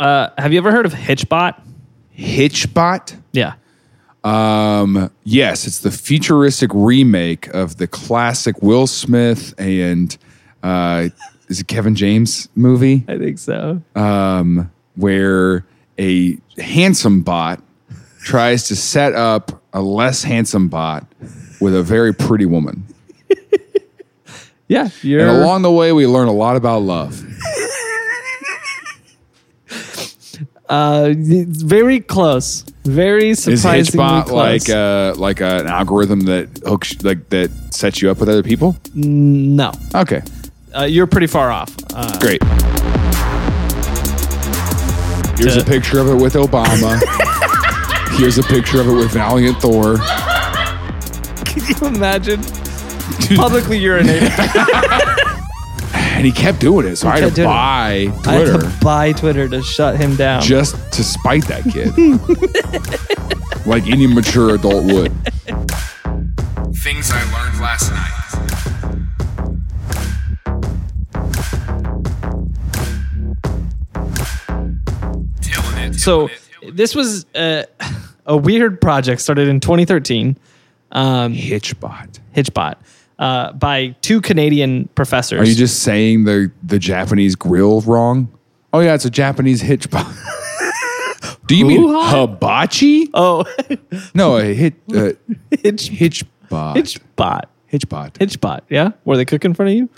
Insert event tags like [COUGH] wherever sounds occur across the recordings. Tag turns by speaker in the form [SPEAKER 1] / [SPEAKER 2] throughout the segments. [SPEAKER 1] uh, have you ever heard of Hitchbot?
[SPEAKER 2] Hitchbot?
[SPEAKER 1] Yeah,
[SPEAKER 2] Um, yes, it's the futuristic remake of the classic Will Smith and uh, is it Kevin James movie
[SPEAKER 1] I think so.
[SPEAKER 2] um, where a handsome bot tries to set up a less handsome bot with a very pretty woman.
[SPEAKER 1] yeah, you're
[SPEAKER 2] And along the way, we learn a lot about love.
[SPEAKER 1] uh, it's very close, very
[SPEAKER 2] Is
[SPEAKER 1] surprisingly
[SPEAKER 2] Hitchbot
[SPEAKER 1] close.
[SPEAKER 2] like uh, like an algorithm that hooks like that sets you up with other people?
[SPEAKER 1] no,
[SPEAKER 2] Okay,
[SPEAKER 1] uh, you're pretty far off. Uh, [LAUGHS]
[SPEAKER 2] Great. Here's a picture of it
[SPEAKER 1] [LAUGHS]
[SPEAKER 2] with Obama. Here's a picture of it with Valiant Thor.
[SPEAKER 1] can you imagine publicly urinating?
[SPEAKER 2] And he kept doing it. So I
[SPEAKER 1] kept
[SPEAKER 2] had to
[SPEAKER 1] doing it.
[SPEAKER 2] buy
[SPEAKER 1] I had
[SPEAKER 2] [LAUGHS] Twitter
[SPEAKER 1] to buy Twitter to shut him down.
[SPEAKER 2] just to spite that
[SPEAKER 1] [LAUGHS]
[SPEAKER 2] kid. like any mature adult would.
[SPEAKER 3] Things I learned last night. Killing it.
[SPEAKER 1] so
[SPEAKER 3] killing it, killing it.
[SPEAKER 1] this was uh, [LAUGHS] a weird project started in 2013. Um,
[SPEAKER 2] Hitchbot.
[SPEAKER 1] Hitchbot uh, by two Canadian professors.
[SPEAKER 2] Are you just saying the, the Japanese grill wrong? Oh, yeah, it's a Japanese Hitchbot. [LAUGHS] Do you mean
[SPEAKER 1] Hoo-ha?
[SPEAKER 2] hibachi?
[SPEAKER 1] oh [LAUGHS]
[SPEAKER 2] No, a hit, uh,
[SPEAKER 1] Hitch,
[SPEAKER 2] Hitchbot.
[SPEAKER 1] Hitchbot?
[SPEAKER 2] Hitchbot.
[SPEAKER 1] Hitchbot, yeah, where they cook in front of you.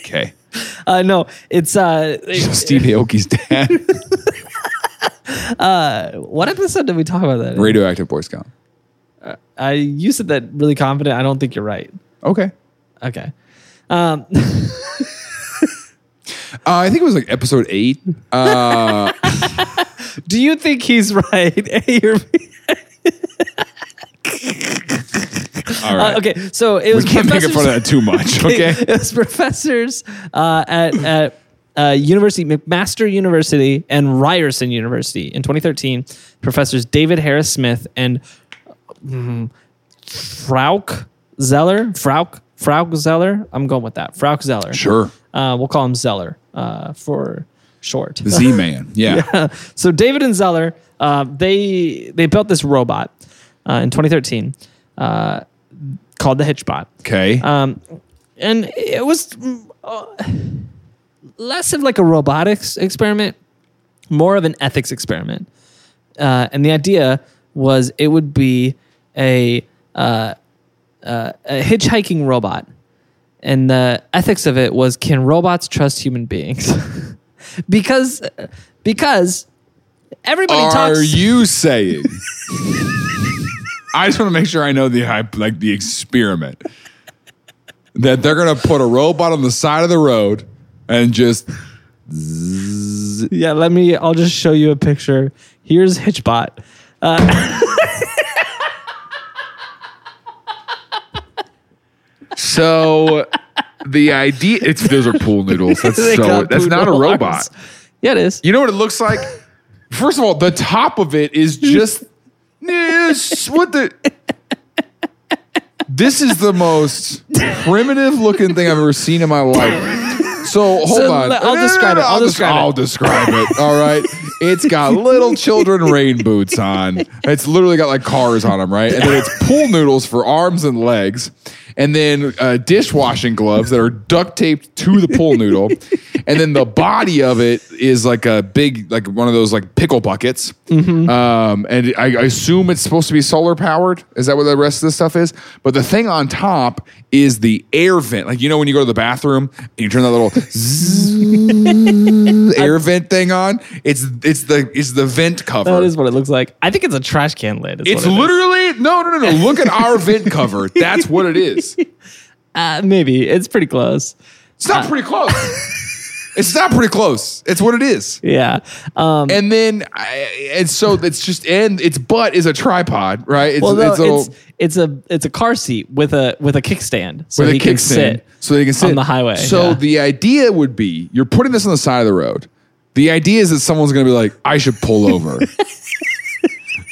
[SPEAKER 2] Okay. [LAUGHS]
[SPEAKER 1] Uh, no, it's uh,
[SPEAKER 2] Steve Aoki's dad.
[SPEAKER 1] what episode did we talk about that?
[SPEAKER 2] Mm-hmm.
[SPEAKER 1] in?
[SPEAKER 2] Radioactive Boy Scout.
[SPEAKER 1] I you said that really confident. I don't think you're right.
[SPEAKER 2] Okay.
[SPEAKER 1] Okay, um,
[SPEAKER 2] Uh, I think it was like episode [LAUGHS] eight. Uh,
[SPEAKER 1] do you think he's [LAUGHS] right? A or
[SPEAKER 2] [LAUGHS]
[SPEAKER 1] B?
[SPEAKER 2] all
[SPEAKER 1] Uh,
[SPEAKER 2] right.
[SPEAKER 1] okay, so it
[SPEAKER 2] We
[SPEAKER 1] was
[SPEAKER 2] can't make
[SPEAKER 1] professors,
[SPEAKER 2] fun of that
[SPEAKER 1] [LAUGHS]
[SPEAKER 2] too much. Okay.
[SPEAKER 1] it was professors uh, at at uh, University McMaster University and Ryerson University in 2013. Professors David Harris Smith and mm, Frauk Zeller, Frauk Frauk Zeller. I'm going with that. Frauk Zeller.
[SPEAKER 2] Sure.
[SPEAKER 1] Uh, we'll call him Zeller uh, for short.
[SPEAKER 2] Z Man. Yeah.
[SPEAKER 1] so David and Zeller, uh, they they built this robot uh, in 2013 uh, called the Hitchbot,
[SPEAKER 2] Okay.
[SPEAKER 1] um, and it was mm, uh, less of like a robotics experiment, more of an ethics experiment. Uh, and the idea was it would be a uh, uh, a hitchhiking robot, and the ethics of it was can robots trust human beings? [LAUGHS] because because everybody
[SPEAKER 2] Are
[SPEAKER 1] talks.
[SPEAKER 2] you saying? [LAUGHS] I just want to make sure I know the hype, like the experiment that they're gonna put a robot on the side of the road and just
[SPEAKER 1] yeah, let me. I'll just show you a picture. Here's Hitchbot.
[SPEAKER 2] so. The idea it's those are pool noodles.
[SPEAKER 1] [LAUGHS]
[SPEAKER 2] That's
[SPEAKER 1] They got poodle arms. [LAUGHS] Yeah, it is.
[SPEAKER 2] You know what it
[SPEAKER 1] [LAUGHS]
[SPEAKER 2] looks like? First of all, the top of it is just Yes, what the. This is the most primitive looking thing I've ever seen in my life. So hold
[SPEAKER 1] So,
[SPEAKER 2] on.
[SPEAKER 1] le- I'll describe it. I'll
[SPEAKER 2] des-
[SPEAKER 1] describe it.
[SPEAKER 2] I'll describe it. All right. It's got little children rain boots on. It's literally got like cars on them, right? And then it's pool noodles for arms and legs. And then uh, dishwashing gloves that are duct taped to the pool noodle. And then the body of it is like a big, like one of those like pickle buckets. Um, and I, I assume it's supposed to be solar powered. Is that what the rest of this stuff is? But the thing on top is the air vent. Like, you know, when you go to the bathroom and you turn that little [LAUGHS] air vent thing on. It's it's the it's the vent cover.
[SPEAKER 1] That is what it looks like. I think it's a trash can lid. is
[SPEAKER 2] it's
[SPEAKER 1] what it is.
[SPEAKER 2] literally no no
[SPEAKER 1] [LAUGHS]
[SPEAKER 2] no no. Look at our vent cover. That's what it is.
[SPEAKER 1] Uh, maybe it's pretty close. [LAUGHS]
[SPEAKER 2] It's not pretty close. It's not pretty close. It's what it is.
[SPEAKER 1] yeah. Um,
[SPEAKER 2] And then, I, and so it's just, and its butt is a tripod, right? It's,
[SPEAKER 1] well, no,
[SPEAKER 2] a little-
[SPEAKER 1] it's, it's a it's a car seat with a with a kickstand, so
[SPEAKER 2] with a
[SPEAKER 1] he can
[SPEAKER 2] kickstand,
[SPEAKER 1] sit.
[SPEAKER 2] so they can sit
[SPEAKER 1] on the highway,
[SPEAKER 2] So
[SPEAKER 1] yeah.
[SPEAKER 2] the idea would be, you're putting this on the side of the road. The idea is that someone's going to be like, I should pull
[SPEAKER 1] [LAUGHS]
[SPEAKER 2] over.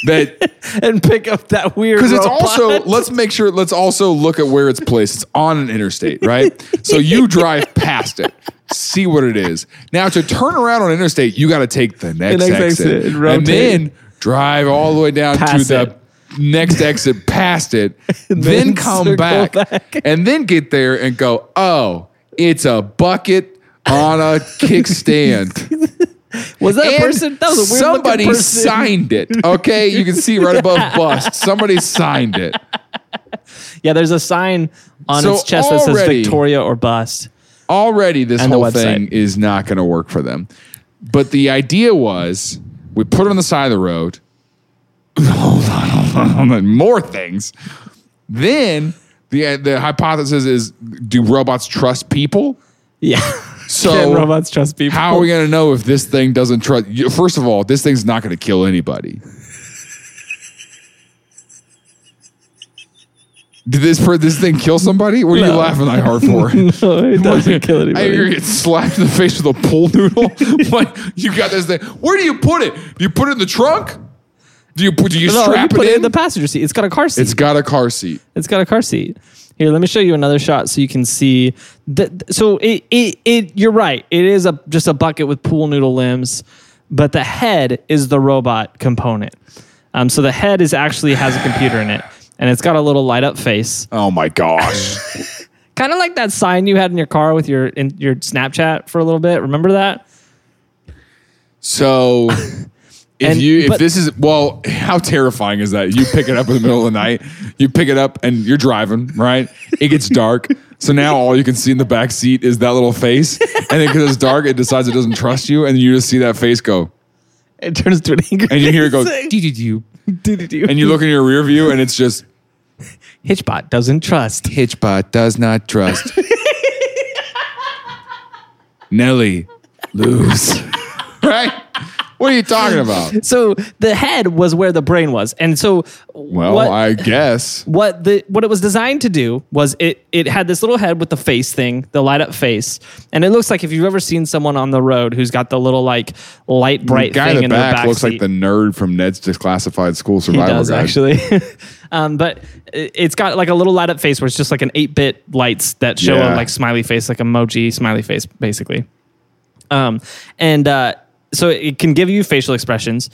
[SPEAKER 2] that
[SPEAKER 1] and pick up that weird.
[SPEAKER 2] because it's
[SPEAKER 1] robot. [LAUGHS]
[SPEAKER 2] also let's make sure let's also look at where it's placed it's on an interstate right
[SPEAKER 1] [LAUGHS]
[SPEAKER 2] so you drive past it see what it is now to turn around on interstate you got to take the next,
[SPEAKER 1] next
[SPEAKER 2] exit,
[SPEAKER 1] exit and
[SPEAKER 2] and,
[SPEAKER 1] rotate.
[SPEAKER 2] then drive all the way down
[SPEAKER 1] Past
[SPEAKER 2] to
[SPEAKER 1] it.
[SPEAKER 2] the next exit
[SPEAKER 1] [LAUGHS]
[SPEAKER 2] past it then,
[SPEAKER 1] then
[SPEAKER 2] come
[SPEAKER 1] circle
[SPEAKER 2] back,
[SPEAKER 1] back. [LAUGHS]
[SPEAKER 2] and then get there and go oh it's a bucket on a kickstand
[SPEAKER 1] was [LAUGHS] that a
[SPEAKER 2] and
[SPEAKER 1] person? That was a weird
[SPEAKER 2] somebody
[SPEAKER 1] person.
[SPEAKER 2] signed it. Okay, you can see
[SPEAKER 1] [LAUGHS]
[SPEAKER 2] right above bust. Somebody signed it.
[SPEAKER 1] Yeah, there's a sign on
[SPEAKER 2] So
[SPEAKER 1] its chest that says
[SPEAKER 2] already-
[SPEAKER 1] Victoria or bust.
[SPEAKER 2] already this
[SPEAKER 1] And the
[SPEAKER 2] whole
[SPEAKER 1] website.
[SPEAKER 2] thing is not going to work for them. But the idea was we put it on the side of the road. hold on, hold on, hold on. More things. Then the uh, the hypothesis is: Do robots trust people?
[SPEAKER 1] Yeah. [LAUGHS]
[SPEAKER 2] So
[SPEAKER 1] Can robots trust people?
[SPEAKER 2] how are we going to know if this thing doesn't trust? you- First of all, this thing's not going to kill anybody. Did this per- this thing kill somebody? What are you
[SPEAKER 1] No.
[SPEAKER 2] laughing that hard for?
[SPEAKER 1] [LAUGHS] [LAUGHS] No, it
[SPEAKER 2] [LAUGHS]
[SPEAKER 1] doesn't kill
[SPEAKER 2] I hear you
[SPEAKER 1] anybody.
[SPEAKER 2] get slapped in the face with a pool
[SPEAKER 1] [LAUGHS]
[SPEAKER 2] noodle. [LAUGHS] what you got this thing? Where do you put it? Do you put it in the trunk? Do you put? Do you
[SPEAKER 1] No, you
[SPEAKER 2] strap
[SPEAKER 1] put
[SPEAKER 2] it in?
[SPEAKER 1] the passenger seat. It's got a car seat.
[SPEAKER 2] it's got a car seat.
[SPEAKER 1] It's got a car seat. Here, let me show you another shot so you can see that. So it, it, it you're right. It is a just a bucket with pool noodle limbs, but the head is the robot component. Um, so the head is actually has a computer in it, and it's got a little light up face,
[SPEAKER 2] Oh my gosh!
[SPEAKER 1] kind of like that sign you had in your car with your in your Snapchat for a little bit. Remember that?
[SPEAKER 2] [LAUGHS] so. If
[SPEAKER 1] And-
[SPEAKER 2] you if
[SPEAKER 1] but-
[SPEAKER 2] this is well, how terrifying is that? You pick it up in the middle of the night, you pick it up and you're driving, right? It gets dark. So now all you can see in the back seat is that little face. And then because it's dark, it decides it doesn't trust you, and you just see that face go.
[SPEAKER 1] It turns to an angry.
[SPEAKER 2] And you hear it go, and you look in your rear view and it's just
[SPEAKER 1] Hitchbot doesn't trust.
[SPEAKER 2] Hitchbot does not trust. Nelly, lose. [LAUGHS] right? What are you talking about?
[SPEAKER 1] So the head was where the brain was, and so
[SPEAKER 2] Well, I guess.
[SPEAKER 1] what the what it was designed to do was it it had this little head with the face thing, the light up face, and it looks like if you've ever seen someone on the road who's got the little like light bright
[SPEAKER 2] the guy in
[SPEAKER 1] thing
[SPEAKER 2] the
[SPEAKER 1] in
[SPEAKER 2] back,
[SPEAKER 1] their back
[SPEAKER 2] looks like
[SPEAKER 1] seat.
[SPEAKER 2] the nerd from Ned's Declassified School
[SPEAKER 1] he
[SPEAKER 2] Survival
[SPEAKER 1] does
[SPEAKER 2] Guide.
[SPEAKER 1] actually, [LAUGHS] um, but it- it's got like a little light up face where it's just like an eight bit lights that show
[SPEAKER 2] Yeah.
[SPEAKER 1] a like smiley face, like emoji smiley face, basically. Um, and uh, so it can give you facial expressions,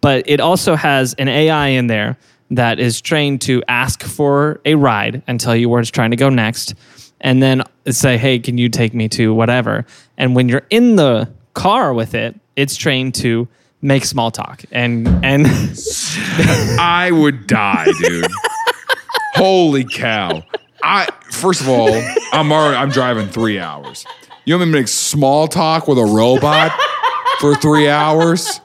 [SPEAKER 1] but it also has an AI in there that is trained to ask for a ride and tell you where it's trying to go next, and then say, "Hey, can you take me to whatever?" And when you're in the car with it, it's trained to make small talk and and [LAUGHS]
[SPEAKER 2] I would die, dude. Holy cow. I first of all, I'm already I'm driving three hours. You want me to make small talk with a robot for three hours?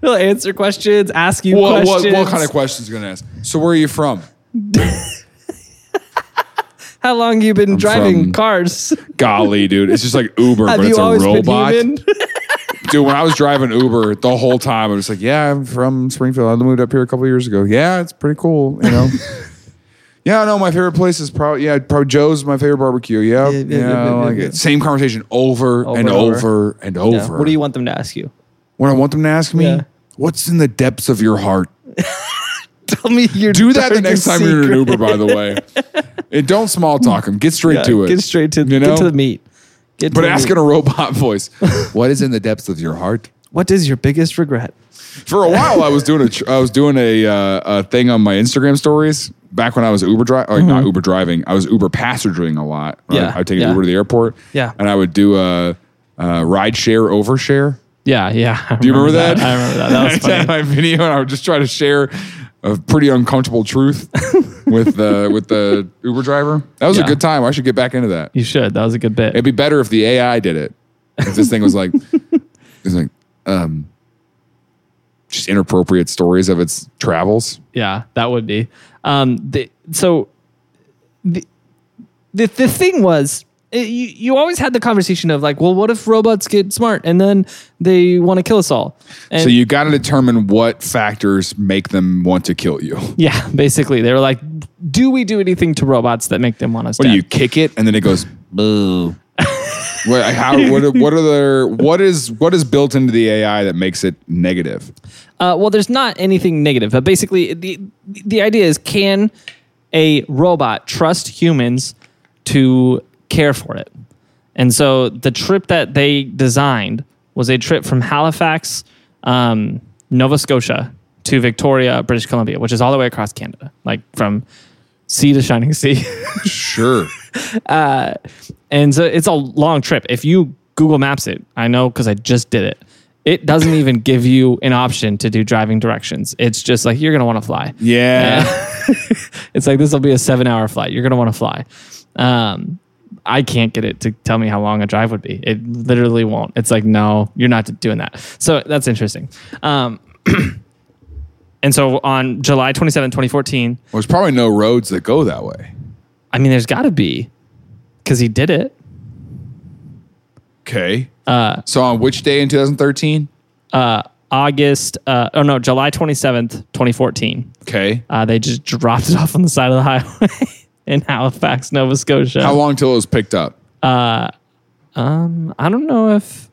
[SPEAKER 1] He'll answer questions, ask you
[SPEAKER 2] What, what,
[SPEAKER 1] questions.
[SPEAKER 2] what kind of questions are you going to ask? So, where are you from?
[SPEAKER 1] How long you been driving
[SPEAKER 2] from-
[SPEAKER 1] cars?
[SPEAKER 2] Golly, dude. It's just like Uber,
[SPEAKER 1] Have
[SPEAKER 2] but
[SPEAKER 1] you
[SPEAKER 2] it's a
[SPEAKER 1] always
[SPEAKER 2] robot.
[SPEAKER 1] been [LAUGHS] human?
[SPEAKER 2] Dude, when I was driving Uber the whole time, I was like, yeah, I'm from Springfield. I moved up here a couple years ago. Yeah, it's pretty cool,
[SPEAKER 1] [LAUGHS]
[SPEAKER 2] you know? yeah, no, my favorite place is probably, yeah, probably Joe's my favorite barbecue. Yeah, yeah,
[SPEAKER 1] yeah, yeah,
[SPEAKER 2] I
[SPEAKER 1] yeah,
[SPEAKER 2] like
[SPEAKER 1] yeah.
[SPEAKER 2] it. Same conversation over, and
[SPEAKER 1] and over.
[SPEAKER 2] over and over.
[SPEAKER 1] Yeah. What do you want them to ask you?
[SPEAKER 2] When I want them to ask me,
[SPEAKER 1] Yeah.
[SPEAKER 2] what's in the depths of your heart?
[SPEAKER 1] [LAUGHS] Tell me your [LAUGHS]
[SPEAKER 2] Do that the next
[SPEAKER 1] darkest
[SPEAKER 2] time you're in an
[SPEAKER 1] secret.
[SPEAKER 2] Uber, by the way. and don't small talk them. Get straight
[SPEAKER 1] Yeah,
[SPEAKER 2] to it.
[SPEAKER 1] Get straight to
[SPEAKER 2] You
[SPEAKER 1] get
[SPEAKER 2] know?
[SPEAKER 1] to the meat. Get to
[SPEAKER 2] But
[SPEAKER 1] the
[SPEAKER 2] ask
[SPEAKER 1] meat.
[SPEAKER 2] in a robot [LAUGHS] voice, what is in the depths of your heart?
[SPEAKER 1] what is your biggest regret?
[SPEAKER 2] For a while, I was doing a tr- I was doing a uh, a thing on my Instagram stories back when I was Uber driving, or not Uber driving. I was Uber passengering a lot. right?
[SPEAKER 1] Mm-hmm. Yeah,
[SPEAKER 2] I would take
[SPEAKER 1] yeah.
[SPEAKER 2] an Uber to the airport.
[SPEAKER 1] Yeah.
[SPEAKER 2] and I would do a, a ride share [LAUGHS] overshare.
[SPEAKER 1] Yeah, yeah.
[SPEAKER 2] Do you remember, that?
[SPEAKER 1] I remember that.
[SPEAKER 2] [LAUGHS]
[SPEAKER 1] That was
[SPEAKER 2] I had
[SPEAKER 1] funny.
[SPEAKER 2] my video, and I would just try to share a pretty uncomfortable [LAUGHS] truth with the with the Uber driver. That was
[SPEAKER 1] Yeah.
[SPEAKER 2] a good time. I should get back into that.
[SPEAKER 1] you should. That was a good bit.
[SPEAKER 2] It'd be better if the AI did it. If this thing was like, [LAUGHS] it's like, um, just inappropriate stories of its travels.
[SPEAKER 1] Yeah, that would be. Um, the, so the, the the thing was it, you, you always had the conversation of like, well, what if robots get smart and then they want to kill us all? And
[SPEAKER 2] so you got to determine what factors make them want to kill you.
[SPEAKER 1] yeah, [LAUGHS] basically, they were like, do we do anything to robots that make them want us
[SPEAKER 2] What do
[SPEAKER 1] dead?
[SPEAKER 2] you kick it and then it goes
[SPEAKER 1] [LAUGHS]
[SPEAKER 2] boo? what, how, what, are- what are their what is what is built into the AI that makes it negative?
[SPEAKER 1] Uh, well, there's not anything negative, but basically, the the idea is can a robot trust humans to care for it? And so the trip that they designed was a trip from Halifax, um, Nova Scotia, to Victoria, British Columbia, which is all the way across Canada, like from sea to shining sea. [LAUGHS]
[SPEAKER 2] Sure,
[SPEAKER 1] and so it's a long trip. If you Google Maps it, I know because I just did it. It doesn't even give you an option to do driving directions. It's just like you're gonna want to fly.
[SPEAKER 2] yeah.
[SPEAKER 1] [LAUGHS] it's like this will be a seven-hour flight. You're gonna want to fly. Um, I can't get it to tell me how long a drive would be. It literally won't. It's like no, you're not doing that. So that's interesting. Um, [CLEARS THROAT] and so on July 27, 2014,
[SPEAKER 2] Well, there's probably no roads that go that way.
[SPEAKER 1] I mean, there's got to be because he did it.
[SPEAKER 2] Okay. Uh, so on which day in 2013?
[SPEAKER 1] August, uh, oh no, July 27th, 2014.
[SPEAKER 2] Okay.
[SPEAKER 1] Uh, they just dropped it off on the side of the highway [LAUGHS] in Halifax, Nova Scotia.
[SPEAKER 2] How long till it was picked up?
[SPEAKER 1] I don't know if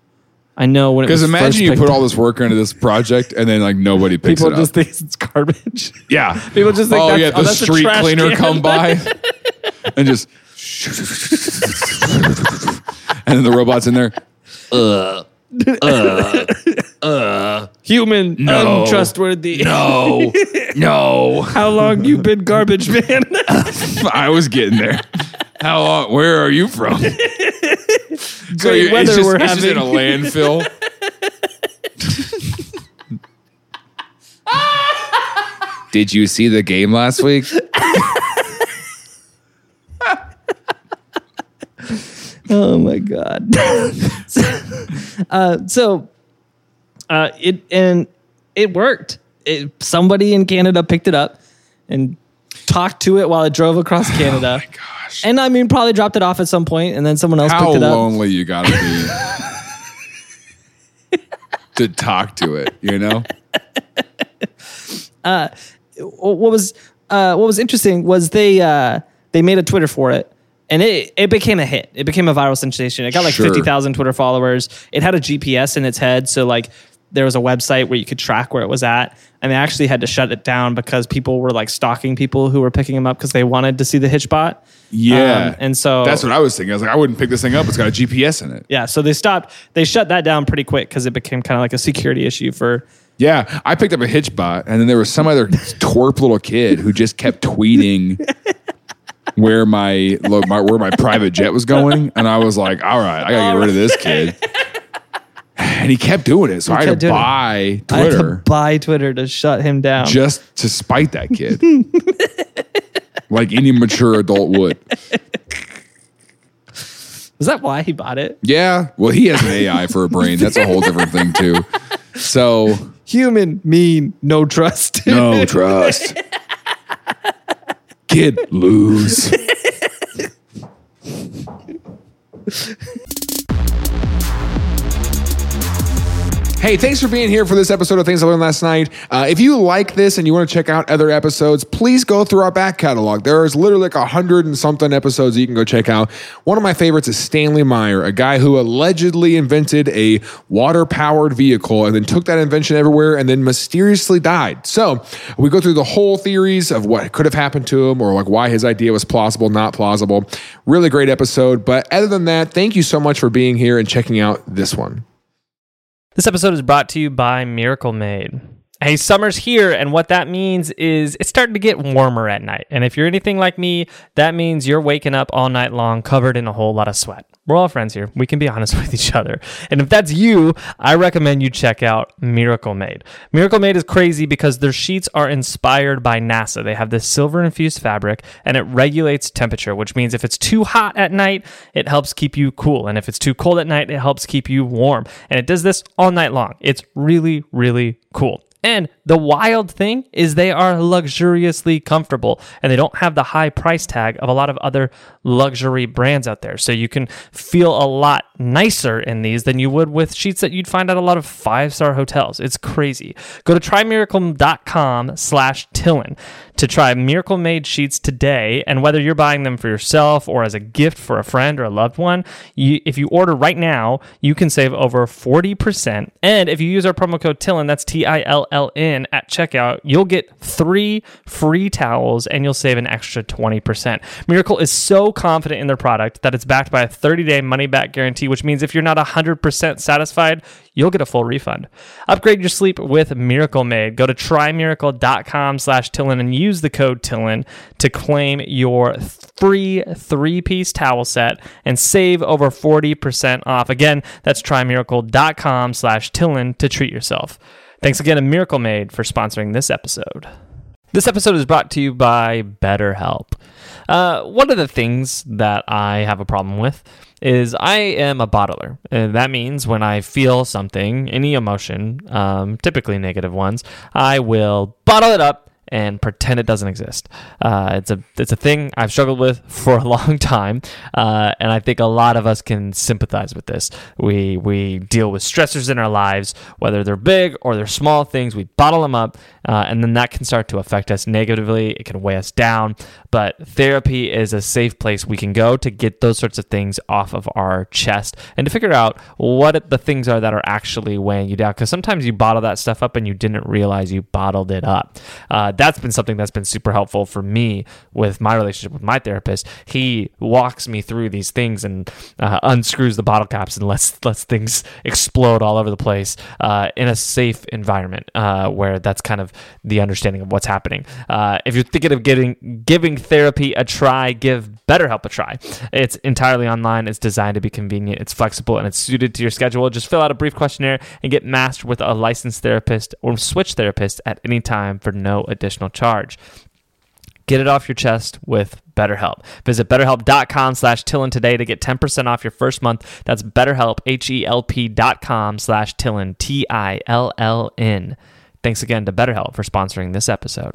[SPEAKER 1] I know when it was
[SPEAKER 2] Because
[SPEAKER 1] first
[SPEAKER 2] imagine you
[SPEAKER 1] picked
[SPEAKER 2] put
[SPEAKER 1] up.
[SPEAKER 2] all this work into this project and then like nobody picks
[SPEAKER 1] People
[SPEAKER 2] it
[SPEAKER 1] just
[SPEAKER 2] up.
[SPEAKER 1] think it's [LAUGHS] garbage.
[SPEAKER 2] Yeah.
[SPEAKER 1] people just think
[SPEAKER 2] oh
[SPEAKER 1] that's-
[SPEAKER 2] yeah,
[SPEAKER 1] oh,
[SPEAKER 2] the
[SPEAKER 1] that's a
[SPEAKER 2] street
[SPEAKER 1] trash
[SPEAKER 2] cleaner
[SPEAKER 1] can. [LAUGHS]
[SPEAKER 2] come by and just and then the robots in there.
[SPEAKER 1] Human,
[SPEAKER 2] No.
[SPEAKER 1] untrustworthy. [LAUGHS]
[SPEAKER 2] No, no. [LAUGHS]
[SPEAKER 1] How long you been garbage man? [LAUGHS]
[SPEAKER 2] I was getting there. How long? Where are
[SPEAKER 1] [LAUGHS]
[SPEAKER 2] you from? so
[SPEAKER 1] Great
[SPEAKER 2] you-
[SPEAKER 1] weather
[SPEAKER 2] it's just,
[SPEAKER 1] we're
[SPEAKER 2] it's just in a
[SPEAKER 1] having. [LAUGHS]
[SPEAKER 2] landfill. Did you see the game
[SPEAKER 1] [LAUGHS]
[SPEAKER 2] last week?
[SPEAKER 1] oh my god. [LAUGHS] uh, so, uh, it and it worked. It, somebody in Canada picked it up and talked to it while it drove across Canada.
[SPEAKER 2] Gosh,
[SPEAKER 1] And I mean, probably dropped it off at some point, and then someone else
[SPEAKER 2] how
[SPEAKER 1] picked it up.
[SPEAKER 2] lonely you gotta be
[SPEAKER 1] [LAUGHS]
[SPEAKER 2] to talk to it, you know?
[SPEAKER 1] Wh- What was uh, what was interesting was they uh, they made a Twitter for it, and it it became a hit. It became a viral sensation. It got like
[SPEAKER 2] Sure.
[SPEAKER 1] fifty thousand Twitter followers. It had a GPS in its head, so like there was a website where you could track where it was at. And they actually had to shut it down because people were like stalking people who were picking them up because they wanted to see the Hitchbot.
[SPEAKER 2] Yeah.
[SPEAKER 1] Um, and so-
[SPEAKER 2] that's what I was thinking. I was like, I wouldn't pick this thing up. It's got a GPS in it.
[SPEAKER 1] Yeah, so they stopped. They shut that down pretty quick because it became kind of like a security issue for
[SPEAKER 2] Yeah, I picked up a Hitchbot, and then there was some other twerp little kid who just kept tweeting where my, lo- my where my private jet was going, and I was like, "All right, I gotta get rid of this
[SPEAKER 1] [LAUGHS]
[SPEAKER 2] kid." And he kept doing it, so I had
[SPEAKER 1] kept
[SPEAKER 2] to
[SPEAKER 1] doing it.
[SPEAKER 2] buy
[SPEAKER 1] I had to
[SPEAKER 2] Twitter
[SPEAKER 1] buy Twitter to shut him down.
[SPEAKER 2] just to spite that kid, like any mature adult would.
[SPEAKER 1] Is that why he bought it?
[SPEAKER 2] Yeah, well, he has an AI for a brain. That's a whole different thing too. So
[SPEAKER 1] Human, mean, no trust. [LAUGHS]
[SPEAKER 2] No trust. Kid lose. Hey, thanks for being here for this episode of Things I Learned Last Night. Uh, if you like this and you want to check out other episodes, please go through our back catalog. There is literally like a hundred and something episodes that you can go check out. One of my favorites is Stanley Meyer, a guy who allegedly invented a water powered vehicle and then took that invention everywhere and then mysteriously died. So we go through the whole theories of what could have happened to him or like why his idea was plausible, not plausible. Really great episode. But other than that, thank you so much for being here and checking out this one.
[SPEAKER 4] This episode is brought to you by Miracle Made. Hey, summer's here, and what that means is it's starting to get warmer at night. And if you're anything like me, that means you're waking up all night long covered in a whole lot of sweat. We're all friends here. We can be honest [LAUGHS] with each other. And if that's you, I recommend you check out Miracle Made. Miracle Made is crazy because their sheets are inspired by NASA. They have this silver infused fabric and it regulates temperature, which means if it's too hot at night, it helps keep you cool. And if it's too cold at night, it helps keep you warm. And it does this all night long. It's really, really cool.
[SPEAKER 1] And the wild thing is they are luxuriously comfortable and they don't have the high price tag of a lot of other luxury brands out there. So you can feel a lot nicer in these than you would with sheets that you'd find at a lot of five-star hotels. It's crazy. Go to trymiracle.com slash Tillin to try Miracle Made sheets today. And whether you're buying them for yourself or as a gift for a friend or a loved one, you, if you order right now, you can save over 40%. And if you use our promo code TILLIN, that's T I L L N, at checkout, you'll get three free towels and you'll save an extra 20%. Miracle is so confident in their product that it's backed by a 30 day money back guarantee, which means if you're not 100% satisfied, you'll get a full refund. Upgrade your sleep with Miracle Made. Go to trymiracle.com slash Tillin and use the code Tillin to claim your free three-piece towel set and save over 40% off. Again, that's trymiracle.com slash Tillin to treat yourself. Thanks again to Miracle Made for sponsoring this episode. This episode is brought to you by BetterHelp. Uh, one of the things that I have a problem with is I am a bottler. Uh, that means when I feel something, any emotion, um, typically negative ones, I will bottle it up and pretend it doesn't exist. Uh, it's a it's a thing I've struggled with [LAUGHS] for a long time, uh, and I think a lot of us can sympathize with this. We we deal with stressors in our lives, whether they're big or they're small things. We bottle them up, uh, and then that can start to affect us negatively. It can weigh us down. But therapy is a safe place we can go to get those sorts of things off of our chest and to figure out what the things are that are actually weighing you down. Because sometimes you bottle that stuff up and you didn't realize you bottled it up. Uh, that's been something that's been super helpful for me with my relationship with my therapist. He walks me through these things and uh, unscrews the bottle caps and lets lets things explode all over the place uh, in a safe environment uh, where that's kind of the understanding of what's happening. Uh, if you're thinking of getting giving therapy a try, give BetterHelp a try. It's entirely online. It's designed to be convenient. It's flexible and it's suited to your schedule. Just fill out a brief questionnaire and get matched with a licensed therapist or switch therapist at any time for no additional charge. Get it off your chest with BetterHelp. Visit betterhelp.com slash Tillin today to get 10% off your first month. That's betterhelp, H-E-L-P dot com slash Tillin, T-I-L-L-N. Thanks again to BetterHelp for sponsoring this episode.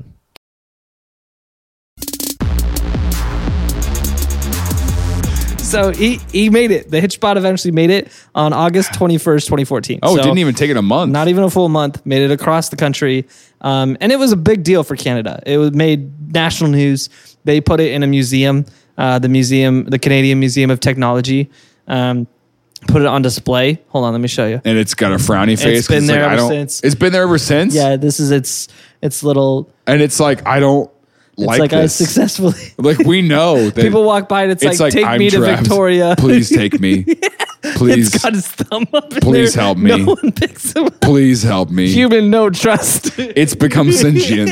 [SPEAKER 4] So he he made it. The Hitch Pod eventually made it on [SIGHS] August 21st, 2014.
[SPEAKER 2] Oh,
[SPEAKER 4] So
[SPEAKER 2] it didn't even take it a month.
[SPEAKER 4] not even a full month, made it across the country. Um, and it was a big deal for Canada. It was made national news. They put it in a museum, uh, the museum, the Canadian Museum of Technology, um, put it on display. Hold on, let me show you.
[SPEAKER 2] and it's got a frowny face. 'cause
[SPEAKER 4] been
[SPEAKER 2] it's
[SPEAKER 4] there
[SPEAKER 2] like, I
[SPEAKER 4] ever
[SPEAKER 2] don't-
[SPEAKER 4] since.
[SPEAKER 2] It's been there ever since.
[SPEAKER 4] Yeah, this is its its little.
[SPEAKER 2] and it's like I don't
[SPEAKER 4] It's
[SPEAKER 2] like,
[SPEAKER 4] like, I
[SPEAKER 2] this.
[SPEAKER 4] successfully.
[SPEAKER 2] [LAUGHS] like we know
[SPEAKER 4] [LAUGHS]
[SPEAKER 2] that
[SPEAKER 4] People walk by and it's,
[SPEAKER 2] It's like,
[SPEAKER 4] like, take
[SPEAKER 2] I'm
[SPEAKER 4] me to
[SPEAKER 2] trapped. [LAUGHS]
[SPEAKER 4] Victoria.
[SPEAKER 2] Please
[SPEAKER 4] [LAUGHS]
[SPEAKER 2] take me. Please,
[SPEAKER 4] It's got his thumb up. in
[SPEAKER 2] Please
[SPEAKER 4] there.
[SPEAKER 2] help me.
[SPEAKER 4] No one picks him up.
[SPEAKER 2] please help me.
[SPEAKER 4] Human no trust. [LAUGHS]
[SPEAKER 2] It's become sentient,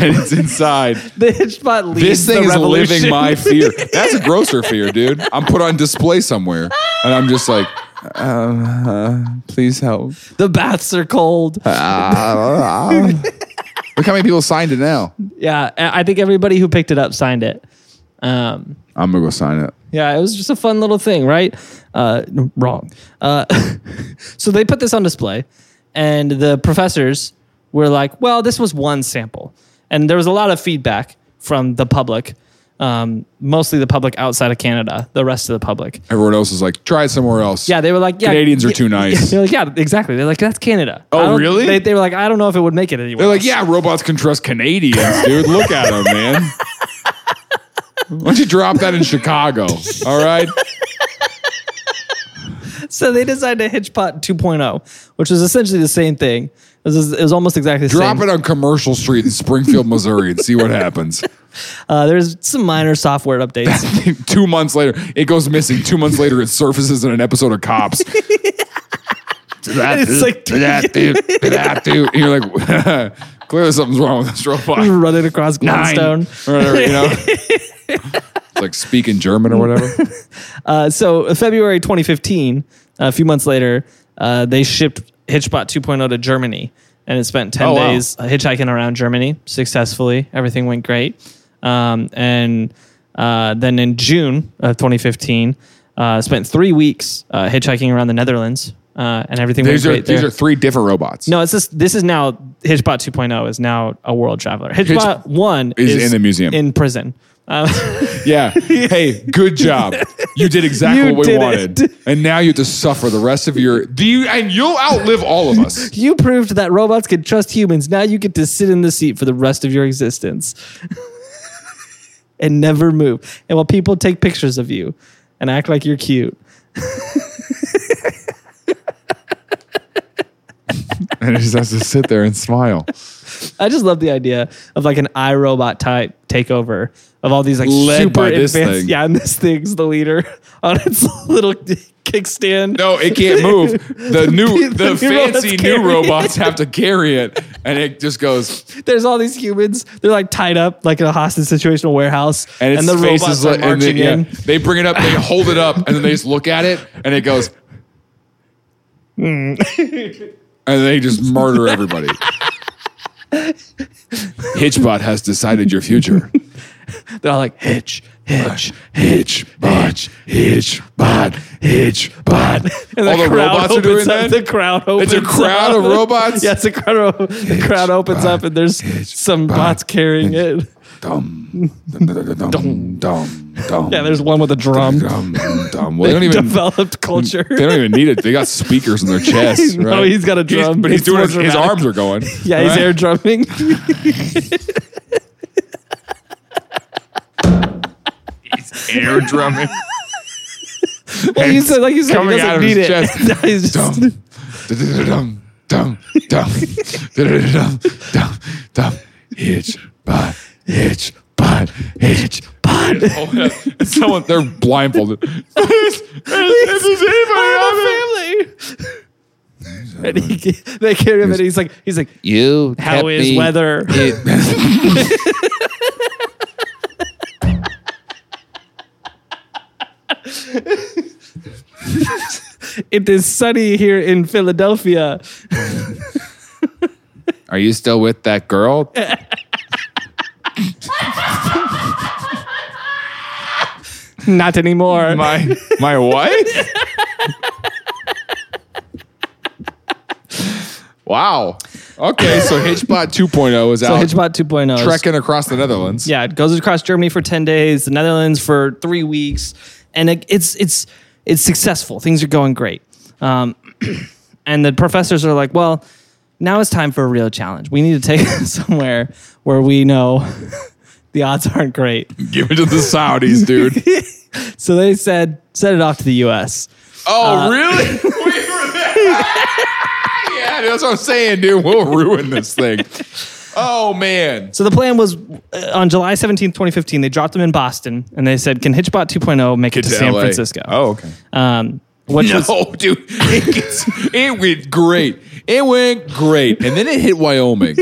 [SPEAKER 2] and it's inside.
[SPEAKER 4] the Hitchbot leads
[SPEAKER 2] This thing
[SPEAKER 4] the
[SPEAKER 2] is
[SPEAKER 4] revolution.
[SPEAKER 2] living
[SPEAKER 4] [LAUGHS]
[SPEAKER 2] my fear. That's a grosser fear, dude. I'm put on display somewhere, and I'm just like, uh, uh, please help.
[SPEAKER 4] The baths are cold.
[SPEAKER 2] Uh. Look how many people signed it now.
[SPEAKER 4] Yeah, I I think everybody who picked it up signed it. Um,
[SPEAKER 2] I'm gonna go sign it.
[SPEAKER 4] yeah, it was just a fun little thing, right? Uh, n- wrong. Uh, [LAUGHS] so they put this on display, and the professors were like, "Well, this was one sample," and there was a lot of feedback from the public, um, mostly the public outside of Canada, the rest of the public.
[SPEAKER 2] Everyone else is like, try somewhere else.
[SPEAKER 4] Yeah, they were like, yeah,
[SPEAKER 2] Canadians are
[SPEAKER 4] yeah,
[SPEAKER 2] too nice.
[SPEAKER 4] They're like, yeah, exactly. They're like, that's Canada.
[SPEAKER 2] Oh,
[SPEAKER 4] I don't-
[SPEAKER 2] really?
[SPEAKER 4] They, they were like, I don't know if it would make it anywhere.
[SPEAKER 2] They're like, yeah, robots can trust Canadians, dude. Look at them, man. Why don't you drop that in Chicago? All right.
[SPEAKER 4] So they decided to Hitchpot 2.0, which was essentially the same thing. It was, it was almost exactly the
[SPEAKER 2] Drop
[SPEAKER 4] same.
[SPEAKER 2] it on Commercial Street in Springfield, Missouri, and see what happens. [LAUGHS]
[SPEAKER 4] Uh, there's some minor software updates.
[SPEAKER 2] two months later, it goes missing. Two months later, it surfaces in an episode of Cops.
[SPEAKER 4] It's like-
[SPEAKER 2] that dude, that dude. And you're like, [LAUGHS] clearly something's wron with this robot.
[SPEAKER 4] running across
[SPEAKER 2] Nine.
[SPEAKER 4] Glenstone.
[SPEAKER 2] Or whatever, you
[SPEAKER 4] [LAUGHS]
[SPEAKER 2] know? It's like speaking German or whatever.
[SPEAKER 4] Uh, so February 2015, a few months later, uh, they shipped Hitchbot 2.0 to Germany, and it spent 10
[SPEAKER 2] Oh, wow.
[SPEAKER 4] days hitchhiking around Germany successfully. Everything went great. Um, and uh, then in June of 2015, uh, spent three weeks uh, hitchhiking around the Netherlands uh, and everything
[SPEAKER 2] These are
[SPEAKER 4] went great
[SPEAKER 2] these
[SPEAKER 4] there.
[SPEAKER 2] are three different robots.
[SPEAKER 4] no, it's just, this is now Hitchbot 2.0 is now a world traveler. Hitchbot 1
[SPEAKER 2] is in the museum.
[SPEAKER 4] in prison. Um,
[SPEAKER 2] [LAUGHS] Yeah. Hey, good job. You did exactly
[SPEAKER 4] You
[SPEAKER 2] what we
[SPEAKER 4] did
[SPEAKER 2] wanted. [LAUGHS]
[SPEAKER 4] it.
[SPEAKER 2] And now you have to suffer the rest of your do you and you'll outlive all of us.
[SPEAKER 4] you proved that robots can trust humans. Now you get to sit in the seat for the rest of your existence [LAUGHS] and never move. And while people take pictures of you and act like you're cute,
[SPEAKER 2] [LAUGHS] And it just has to sit there and smile.
[SPEAKER 4] I just love the idea of like an iRobot type takeover of all these like
[SPEAKER 2] Led
[SPEAKER 4] super
[SPEAKER 2] by this
[SPEAKER 4] advanced.
[SPEAKER 2] thing.
[SPEAKER 4] Yeah, and this thing's the leader [LAUGHS] on its little [LAUGHS] kickstand.
[SPEAKER 2] No, it can't move. [LAUGHS] The new
[SPEAKER 4] The
[SPEAKER 2] the,
[SPEAKER 4] new
[SPEAKER 2] fancy
[SPEAKER 4] robots
[SPEAKER 2] new
[SPEAKER 4] carry it.
[SPEAKER 2] robots have to carry it and it just goes
[SPEAKER 4] There's all these humans. They're like tied up like in a hostage situation, a warehouse,
[SPEAKER 2] and its
[SPEAKER 4] the
[SPEAKER 2] face
[SPEAKER 4] robots
[SPEAKER 2] is
[SPEAKER 4] are
[SPEAKER 2] like- and they,
[SPEAKER 4] marching
[SPEAKER 2] yeah,
[SPEAKER 4] in.
[SPEAKER 2] they bring it up, they hold it up, and then they just look at it and it goes Hmm. and they just murder [LAUGHS] everybody. Hitchbot has decided your future.
[SPEAKER 4] They're all like hitch, hitch.
[SPEAKER 2] hitch, botch, hitch, bot, hitch, [LAUGHS] bot.
[SPEAKER 4] And
[SPEAKER 2] All the robots are doing
[SPEAKER 4] opens
[SPEAKER 2] that.
[SPEAKER 4] up. The crowd opens
[SPEAKER 2] It's a crowd
[SPEAKER 4] up.
[SPEAKER 2] of
[SPEAKER 4] [LAUGHS]
[SPEAKER 2] robots.
[SPEAKER 4] yeah, it's a crowd. Of, the crowd opens up, and there's some bots carrying it.
[SPEAKER 2] Dum, dum, dum, dum, dum, dum, dum.
[SPEAKER 4] Yeah, there's one with a drum.
[SPEAKER 2] dum, dum.
[SPEAKER 4] [LAUGHS]
[SPEAKER 2] Well, they don't even.
[SPEAKER 4] Developed culture.
[SPEAKER 2] They don't even need it. They got speakers
[SPEAKER 4] [LAUGHS]
[SPEAKER 2] in their chest.
[SPEAKER 4] No,
[SPEAKER 2] Right?
[SPEAKER 4] he's got a drum.
[SPEAKER 2] but he's
[SPEAKER 4] It's
[SPEAKER 2] doing
[SPEAKER 4] more
[SPEAKER 2] his, his
[SPEAKER 4] dramatic.
[SPEAKER 2] arms are going.
[SPEAKER 4] [LAUGHS] [LAUGHS] Yeah, he's
[SPEAKER 2] right?
[SPEAKER 4] air drumming.
[SPEAKER 2] [LAUGHS]
[SPEAKER 4] [LAUGHS]
[SPEAKER 2] air drumming.
[SPEAKER 4] like you said, like you said,
[SPEAKER 2] coming
[SPEAKER 4] he doesn't
[SPEAKER 2] out of
[SPEAKER 4] need
[SPEAKER 2] his
[SPEAKER 4] it.
[SPEAKER 2] chest.
[SPEAKER 4] [LAUGHS] No, he's just- [LAUGHS]
[SPEAKER 2] Dum, dum, dum, dum, dum, dum, dum. Hitch, bot, hitch, bot,
[SPEAKER 4] [LAUGHS]
[SPEAKER 2] hitch, bot.
[SPEAKER 4] Oh,
[SPEAKER 2] [LAUGHS] Someone, they're blindfolded. this is anybody
[SPEAKER 4] And he ca- they carry him, and he's like, he's like,
[SPEAKER 2] You
[SPEAKER 4] how is weather? It is sunny here in Philadelphia.
[SPEAKER 2] [LAUGHS]
[SPEAKER 4] [LAUGHS]
[SPEAKER 2] Are you still with that
[SPEAKER 4] [LAUGHS]
[SPEAKER 2] girl?
[SPEAKER 4] Not anymore.
[SPEAKER 2] My my wife? wow. Okay,
[SPEAKER 4] [LAUGHS]
[SPEAKER 2] so Hitchbot 2.0 is
[SPEAKER 4] so
[SPEAKER 2] out
[SPEAKER 4] Hitchbot 2.0. is-
[SPEAKER 2] trekking across the Netherlands.
[SPEAKER 4] Yeah, it goes across Germany for 10 days, the Netherlands for three weeks, and it, it's it's it's successful. Things are going great. Um, [CLEARS THROAT] and the professors are like, well, now it's time for a real challenge. We need to take [LAUGHS] it somewhere where we know [LAUGHS] the odds aren't great.
[SPEAKER 2] Give it to the Saudis, dude.
[SPEAKER 4] So they said, send it off to the U.S.
[SPEAKER 2] [LAUGHS]
[SPEAKER 4] Uh,
[SPEAKER 2] Oh,
[SPEAKER 4] [LAUGHS]
[SPEAKER 2] really? We were there. [LAUGHS] yeah, that's what I'm saying, dude. We'll ruin this
[SPEAKER 4] [LAUGHS]
[SPEAKER 2] thing. Oh man.
[SPEAKER 4] So the plan was uh, on July 17th, 2015, they dropped them in Boston and they said, can Hitchbot 2.0 make it to, San
[SPEAKER 2] LA.
[SPEAKER 4] Francisco?
[SPEAKER 2] Oh, okay.
[SPEAKER 4] Um, which
[SPEAKER 2] [LAUGHS]
[SPEAKER 4] was,
[SPEAKER 2] No, dude. It, gets, it went great. It went great. And then it hit Wyoming.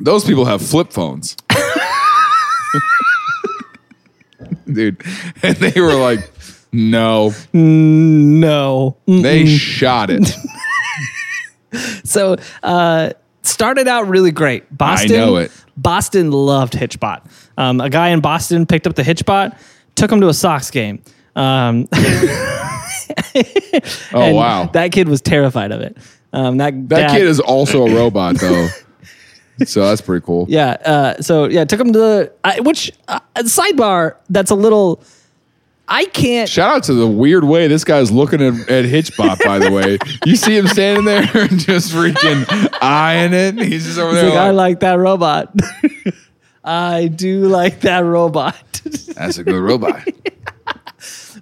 [SPEAKER 2] Those people have flip phones. dude. And they were like, no.
[SPEAKER 4] no.
[SPEAKER 2] They shot it.
[SPEAKER 4] So uh, started out really great. Boston,
[SPEAKER 2] know it.
[SPEAKER 4] Boston loved Hitchbot. Um, a guy in Boston picked up the Hitchbot, took him to a Sox game. Um, [LAUGHS]
[SPEAKER 2] Oh wow.
[SPEAKER 4] that kid was terrified of it. Um, that
[SPEAKER 2] That
[SPEAKER 4] dad-
[SPEAKER 2] kid is also a robot, though. so that's pretty cool.
[SPEAKER 4] yeah. Uh, so yeah, took him to the I, which uh, sidebar. That's a little. I can't.
[SPEAKER 2] Shout out to the weird way this guy's looking at, at Hitchbot, by the way. You see him standing there [LAUGHS] and just freaking eyeing it. and He's just over there.
[SPEAKER 4] Like, I
[SPEAKER 2] like,
[SPEAKER 4] like that robot. [LAUGHS] I do like that robot. [LAUGHS]
[SPEAKER 2] that's a good robot.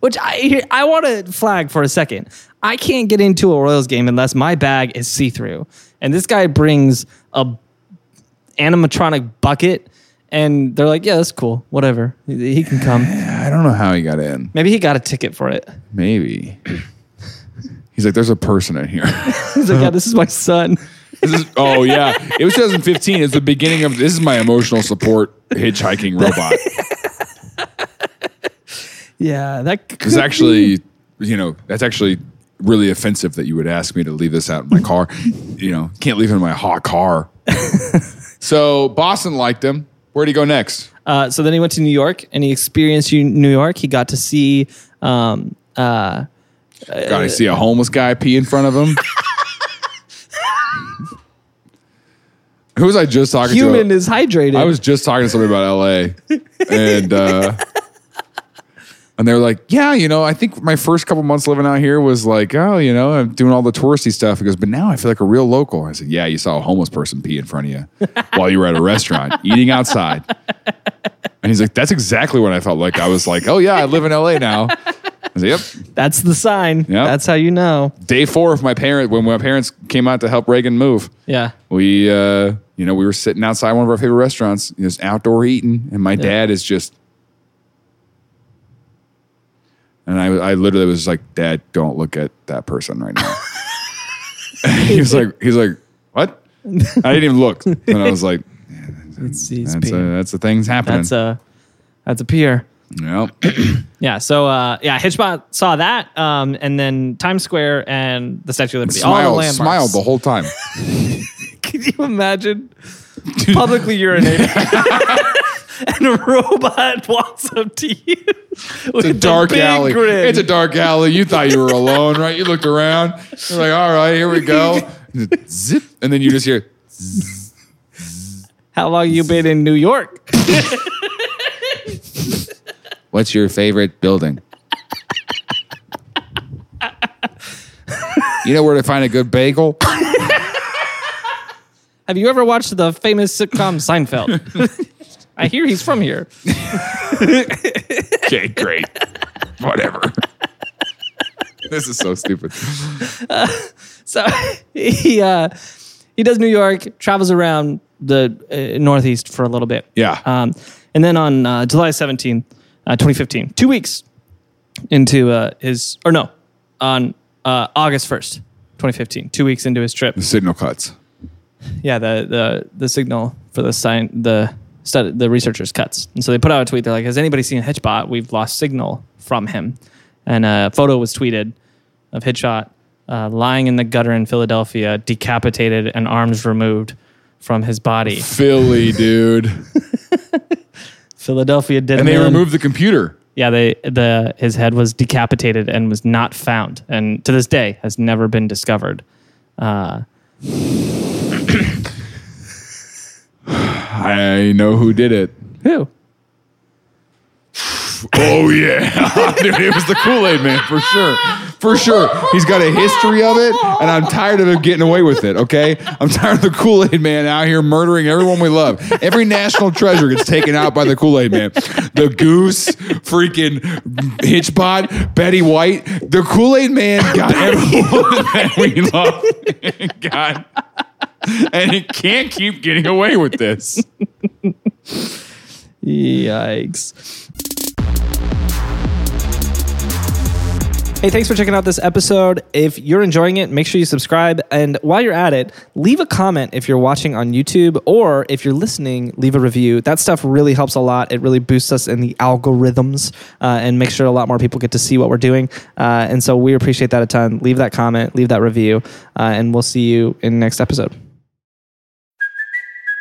[SPEAKER 4] Which I here- I want to flag for a second. I can't get into a Royals game unless my bag is see through, and this guy brings a animatronic bucket, and they're like, "Yeah, that's cool. Whatever, he, he
[SPEAKER 2] [SIGHS]
[SPEAKER 4] can come.
[SPEAKER 2] I don't know how he got in.
[SPEAKER 4] Maybe he got a ticket for it." [LAUGHS]
[SPEAKER 2] Maybe. He's like, there's a person in here. [LAUGHS]
[SPEAKER 4] He's like, "Yeah, this is my son."
[SPEAKER 2] this is, oh, yeah. It was 2015. It's the beginning of this is my emotional support hitchhiking robot.
[SPEAKER 4] Yeah, that could
[SPEAKER 2] It's
[SPEAKER 4] [LAUGHS]
[SPEAKER 2] actually, you know, that's actually really offensive that you would ask me to leave this out
[SPEAKER 4] [LAUGHS]
[SPEAKER 2] in my car. You know, can't leave it in my hot car. so Boston liked him. Where'd he go next?
[SPEAKER 4] Uh, so then he went to New York and he experienced you- New York. He got to see um, Uh,
[SPEAKER 2] God, I see a homeless guy pee in front of
[SPEAKER 4] [LAUGHS]
[SPEAKER 2] him. Who was I just talking
[SPEAKER 4] human
[SPEAKER 2] to?
[SPEAKER 4] is hydrated.
[SPEAKER 2] I was just talking to somebody about LA, and uh, and they were like, "Yeah, you know, I think my first couple months living out here was like, oh, you know, I'm doing all the touristy stuff." He goes, "But now I feel like a real local." I said, "Yeah, you saw a homeless person pee in front of you while you were at a restaurant [LAUGHS] eating outside." And he's like, "That's exactly what I felt like." I was like, "Oh yeah, I live in LA now." I said, "Yep,
[SPEAKER 4] That's the sign. That's how you know.
[SPEAKER 2] day four of my parent when my parents came out to help Reagan move.
[SPEAKER 4] Yeah.
[SPEAKER 2] We uh, you know, we were sitting outside one of our favorite restaurants, just outdoor eating, and my dad is just and I, I literally was like, Dad, don't look at that person right
[SPEAKER 4] [LAUGHS]
[SPEAKER 2] now. [LAUGHS] he was like, he's like, what? I didn't even look. And I was like,
[SPEAKER 4] It's, [LAUGHS] it's
[SPEAKER 2] that's, a,
[SPEAKER 4] peer.
[SPEAKER 2] that's the thing's happening.
[SPEAKER 4] that's uh, a that's a peer.
[SPEAKER 2] Yep.
[SPEAKER 4] Yeah. So uh, yeah, Hitchbot saw that, um, and then Times Square and the Statue of Liberty. all the
[SPEAKER 2] smiled,
[SPEAKER 4] landmarks.
[SPEAKER 2] smiled
[SPEAKER 4] [LAUGHS]
[SPEAKER 2] the whole time.
[SPEAKER 4] Could you imagine publicly
[SPEAKER 2] [LAUGHS]
[SPEAKER 4] urinating? [LAUGHS] And a robot [LAUGHS] walks up to you. With
[SPEAKER 2] It's a dark
[SPEAKER 4] big
[SPEAKER 2] alley.
[SPEAKER 4] Grin.
[SPEAKER 2] It's a dark alley. You thought you were alone, right? You looked around. You're like, all right, here we
[SPEAKER 4] [LAUGHS]
[SPEAKER 2] go. Zip. And then you just hear,
[SPEAKER 4] How long you been in New York?
[SPEAKER 2] what's your favorite building? you know where to find a good bagel?
[SPEAKER 4] Have you ever watched the famous sitcom
[SPEAKER 2] [LAUGHS]
[SPEAKER 4] Seinfeld? I hear he's from here.
[SPEAKER 2] Okay, great. Whatever. this is so stupid.
[SPEAKER 4] So [LAUGHS] he uh, he does New York, travels around the uh, Northeast for a little bit.
[SPEAKER 2] Yeah.
[SPEAKER 4] Um, and then on uh, July 17th, uh, 2015, two weeks into uh, his, or no, on uh, August 1st, 2015, two weeks into his trip.
[SPEAKER 2] Signal cuts.
[SPEAKER 4] Yeah, the, the, the signal for the sign, the study, the researchers cuts. And so they put out a tweet. They're like, has anybody seen Hitchbot? We've lost signal from him. And a photo was tweeted of Hitchbot uh, lying in the gutter in Philadelphia, decapitated and arms removed from his body.
[SPEAKER 2] Philly, dude.
[SPEAKER 4] Philadelphia did
[SPEAKER 2] And they
[SPEAKER 4] him in.
[SPEAKER 2] removed the computer.
[SPEAKER 4] yeah they the his head was decapitated and was not found and to this day has never been discovered uh
[SPEAKER 2] I know who did it.
[SPEAKER 4] who
[SPEAKER 2] Oh yeah, [LAUGHS] dude, it was the Kool Aid Man for sure, for sure. He's got a history of it, and I'm tired of him getting away with it. Okay, I'm tired of the Kool Aid Man out here murdering everyone we love. Every national treasure gets taken out by the Kool Aid Man. The goose, freaking Hitchbot, Betty White, the Kool Aid Man got everyone that we love. [LAUGHS] God, and he can't keep getting away with this.
[SPEAKER 4] yikes Hey, thanks for checking out this episode. If you're enjoying it, make sure you subscribe. And while you're at it, leave a comment if you're watching on YouTube or if you're listening, leave a review. That stuff really helps a lot. It really boosts us in the algorithms uh, and makes sure a lot more people get to see what we're doing. Uh, and so we appreciate that a ton. Leave that comment, leave that review, uh, and we'll see you in next episode.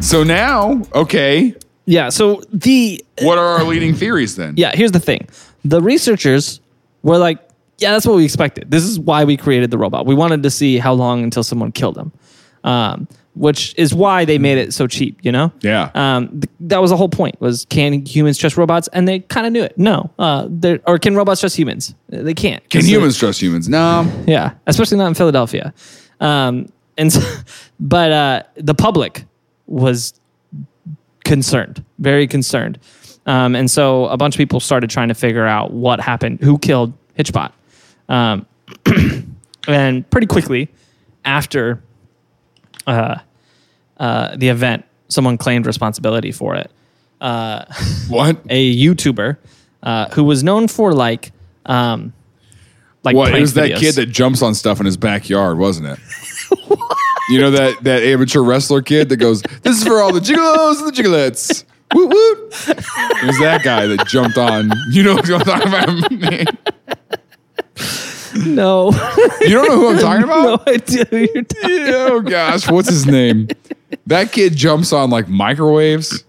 [SPEAKER 2] So now, okay,
[SPEAKER 4] Yeah, so the
[SPEAKER 2] what are our leading theories then?
[SPEAKER 4] yeah, here's the thing. The researchers were like, yeah, that's what we expected. This is why we created the robot. We wanted to see how long until someone killed him, um, which is why they made it so cheap, you know?
[SPEAKER 2] Yeah.
[SPEAKER 4] Um, th- that was the whole point was can humans trust robots? And they kind of knew it. No. Uh, they're- or can robots trust humans? They can't.
[SPEAKER 2] Can
[SPEAKER 4] So-
[SPEAKER 2] humans trust humans? No.
[SPEAKER 4] yeah, especially not in Philadelphia. Um, and so, [LAUGHS] but uh, the public was concerned, very concerned, um, and so a bunch of people started trying to figure out what happened, who killed Hitchbot, um, [CLEARS THROAT] and pretty quickly after uh, uh, the event, someone claimed responsibility for it.
[SPEAKER 2] What?
[SPEAKER 4] a YouTuber uh, who was known for like, um, like
[SPEAKER 2] What? It
[SPEAKER 4] prank
[SPEAKER 2] was that
[SPEAKER 4] videos.
[SPEAKER 2] kid that jumps on stuff in his backyard, wasn't it? You know that that amateur wrestler kid that goes, "This is for all the gigolos and the gigolets." Woot woot! It was that guy that jumped on. You know who I'm talking about?
[SPEAKER 4] [LAUGHS] no,
[SPEAKER 2] you don't know who I'm talking about?
[SPEAKER 4] no idea who you're talking.
[SPEAKER 2] Yeah, oh gosh, what's his name? That kid jumps on like microwaves.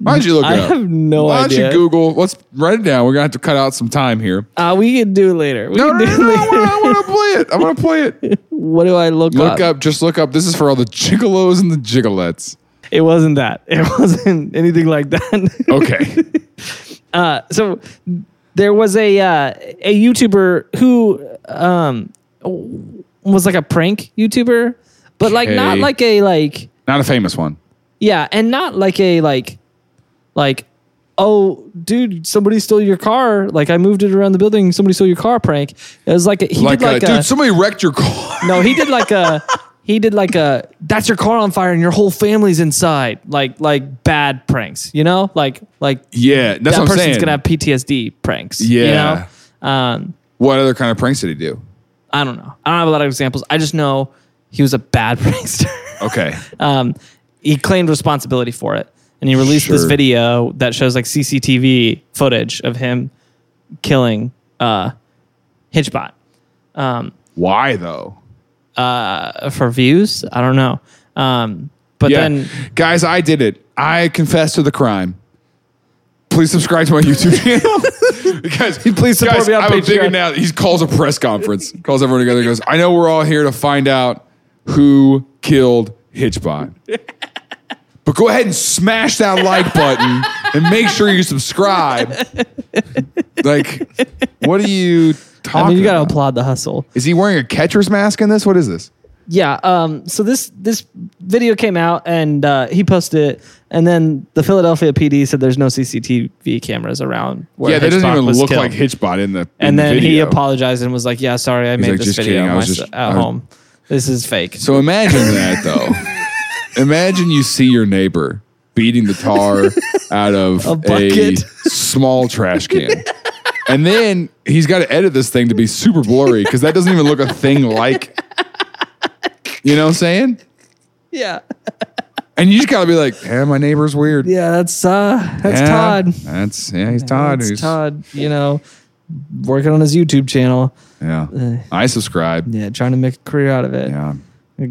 [SPEAKER 2] Why don't you look it
[SPEAKER 4] I
[SPEAKER 2] up?
[SPEAKER 4] have no
[SPEAKER 2] Why
[SPEAKER 4] idea.
[SPEAKER 2] don't you Google? Let's write it down. We're gonna have to cut out some time here.
[SPEAKER 4] Uh, we can do it later. We
[SPEAKER 2] No,
[SPEAKER 4] can
[SPEAKER 2] no,
[SPEAKER 4] do
[SPEAKER 2] no, no,
[SPEAKER 4] it
[SPEAKER 2] I
[SPEAKER 4] later.
[SPEAKER 2] wanna- I
[SPEAKER 4] [LAUGHS]
[SPEAKER 2] want to play it. I want to play it.
[SPEAKER 4] What do I look,
[SPEAKER 2] Look up, just look up. This is for all the gigolos and the gigolettes.
[SPEAKER 4] It wasn't that. [LAUGHS] It wasn't anything like that.
[SPEAKER 2] [LAUGHS] Okay.
[SPEAKER 4] [LAUGHS] so there was a uh, a YouTuber who um, was like a prank YouTuber, but like not
[SPEAKER 2] Okay.
[SPEAKER 4] like a like
[SPEAKER 2] Not a famous one.
[SPEAKER 4] yeah, and not like a like like oh dude somebody stole your car like I moved it around the building somebody stole your car prank. It was like a, he
[SPEAKER 2] Like,
[SPEAKER 4] did like
[SPEAKER 2] uh,
[SPEAKER 4] a,
[SPEAKER 2] dude, somebody wrecked your car. [LAUGHS]
[SPEAKER 4] no he did like a he did like a that's your car on fire and your whole family's inside like like bad pranks you know like like
[SPEAKER 2] yeah, that's
[SPEAKER 4] that
[SPEAKER 2] what I'm
[SPEAKER 4] person's
[SPEAKER 2] saying.
[SPEAKER 4] gonna have PTSD pranks
[SPEAKER 2] Yeah.
[SPEAKER 4] you know. Um,
[SPEAKER 2] what other kind of pranks did he do?
[SPEAKER 4] I don't know. I don't have a lot of examples. I just know he was a bad [LAUGHS] prankster.
[SPEAKER 2] [LAUGHS] Okay.
[SPEAKER 4] um, he claimed responsibility for it, and he released this
[SPEAKER 2] Sure.
[SPEAKER 4] video that shows like CCTV footage of him killing uh, Hitchbot
[SPEAKER 2] Why though?
[SPEAKER 4] Uh, for views. I don't know. Um, but
[SPEAKER 2] Yeah.
[SPEAKER 4] then
[SPEAKER 2] Guys, I did it. I confess to the crime. Please subscribe to my
[SPEAKER 4] [LAUGHS]
[SPEAKER 2] YouTube channel. guys,
[SPEAKER 4] Please support
[SPEAKER 2] guys,
[SPEAKER 4] me on
[SPEAKER 2] I'm a big
[SPEAKER 4] Patreon.
[SPEAKER 2] announce- He calls a press conference, calls everyone together, goes, I know we're all here to find out who killed
[SPEAKER 4] [LAUGHS]
[SPEAKER 2] Hitchbot. But go ahead and smash that like button and make sure you
[SPEAKER 4] [LAUGHS]
[SPEAKER 2] subscribe. Like, what are you talking
[SPEAKER 4] I mean, you got to
[SPEAKER 2] about?
[SPEAKER 4] applaud the hustle.
[SPEAKER 2] Is he wearing a catcher's mask in this? What is this?
[SPEAKER 4] Yeah. Um, so this this video came out, and uh, he posted it, and then the Philadelphia PD said there's no CCTV cameras around. Where
[SPEAKER 2] yeah, that doesn't
[SPEAKER 4] Hitchbot
[SPEAKER 2] even
[SPEAKER 4] was
[SPEAKER 2] look
[SPEAKER 4] killed.
[SPEAKER 2] like Hitchbot in the. in
[SPEAKER 4] and
[SPEAKER 2] the
[SPEAKER 4] then he
[SPEAKER 2] video.
[SPEAKER 4] apologized and was like, "Yeah, sorry, I made
[SPEAKER 2] like,
[SPEAKER 4] this
[SPEAKER 2] "Just
[SPEAKER 4] video
[SPEAKER 2] kidding, I
[SPEAKER 4] on
[SPEAKER 2] was
[SPEAKER 4] my-
[SPEAKER 2] just-
[SPEAKER 4] at
[SPEAKER 2] I-
[SPEAKER 4] home. This is fake."
[SPEAKER 2] [LAUGHS] So imagine that though. imagine you see your neighbor beating the tar out of a,
[SPEAKER 4] bucket.
[SPEAKER 2] small trash can. And then he's got to edit this thing to be super blurry because that doesn't even look a thing like. You know what I'm saying?
[SPEAKER 4] yeah,
[SPEAKER 2] And you just got to be like, yeah, my neighbor's weird.
[SPEAKER 4] yeah, that's uh, that's
[SPEAKER 2] Yeah,
[SPEAKER 4] Todd.
[SPEAKER 2] That's, yeah, he's Todd.
[SPEAKER 4] That's
[SPEAKER 2] who's-
[SPEAKER 4] Todd. You know, working on his YouTube channel.
[SPEAKER 2] Yeah. I subscribe.
[SPEAKER 4] Yeah, trying to make a career out of it.
[SPEAKER 2] Yeah.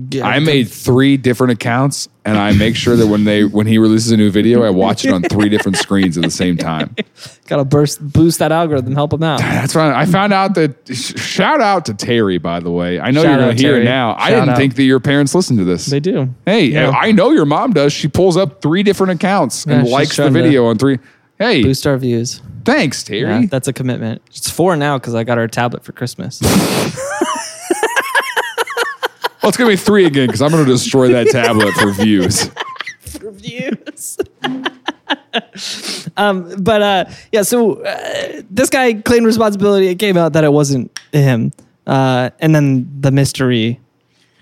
[SPEAKER 4] Get-
[SPEAKER 2] I made three different accounts, and I make sure that when they when he releases a new video, I watch it on three different screens at the same time.
[SPEAKER 4] gotta burst boost that algorithm, help
[SPEAKER 2] [LAUGHS]
[SPEAKER 4] him out.
[SPEAKER 2] That's right. I found out that. sh- Shout out to Terry, by the way. I know
[SPEAKER 4] Shout
[SPEAKER 2] you're
[SPEAKER 4] out,
[SPEAKER 2] going to hear
[SPEAKER 4] Terry.
[SPEAKER 2] it now. I
[SPEAKER 4] Shout
[SPEAKER 2] didn't
[SPEAKER 4] out.
[SPEAKER 2] think that your parents listened to this.
[SPEAKER 4] They do.
[SPEAKER 2] Hey,
[SPEAKER 4] Yeah.
[SPEAKER 2] I know your mom does. She pulls up three different accounts
[SPEAKER 4] Yeah,
[SPEAKER 2] and
[SPEAKER 4] she's
[SPEAKER 2] likes the
[SPEAKER 4] trying to
[SPEAKER 2] video on three. Hey,
[SPEAKER 4] Boost our views.
[SPEAKER 2] thanks, Terry.
[SPEAKER 4] Yeah, that's a commitment. It's four now because I got her a tablet for Christmas.
[SPEAKER 2] well, it's going to be three again because I'm going to destroy that tablet for
[SPEAKER 4] [LAUGHS]
[SPEAKER 2] views.
[SPEAKER 4] [LAUGHS] reviews. [LAUGHS] um, but uh, yeah, so uh, this guy claimed responsibility. It came out that it wasn't him, uh, and then the mystery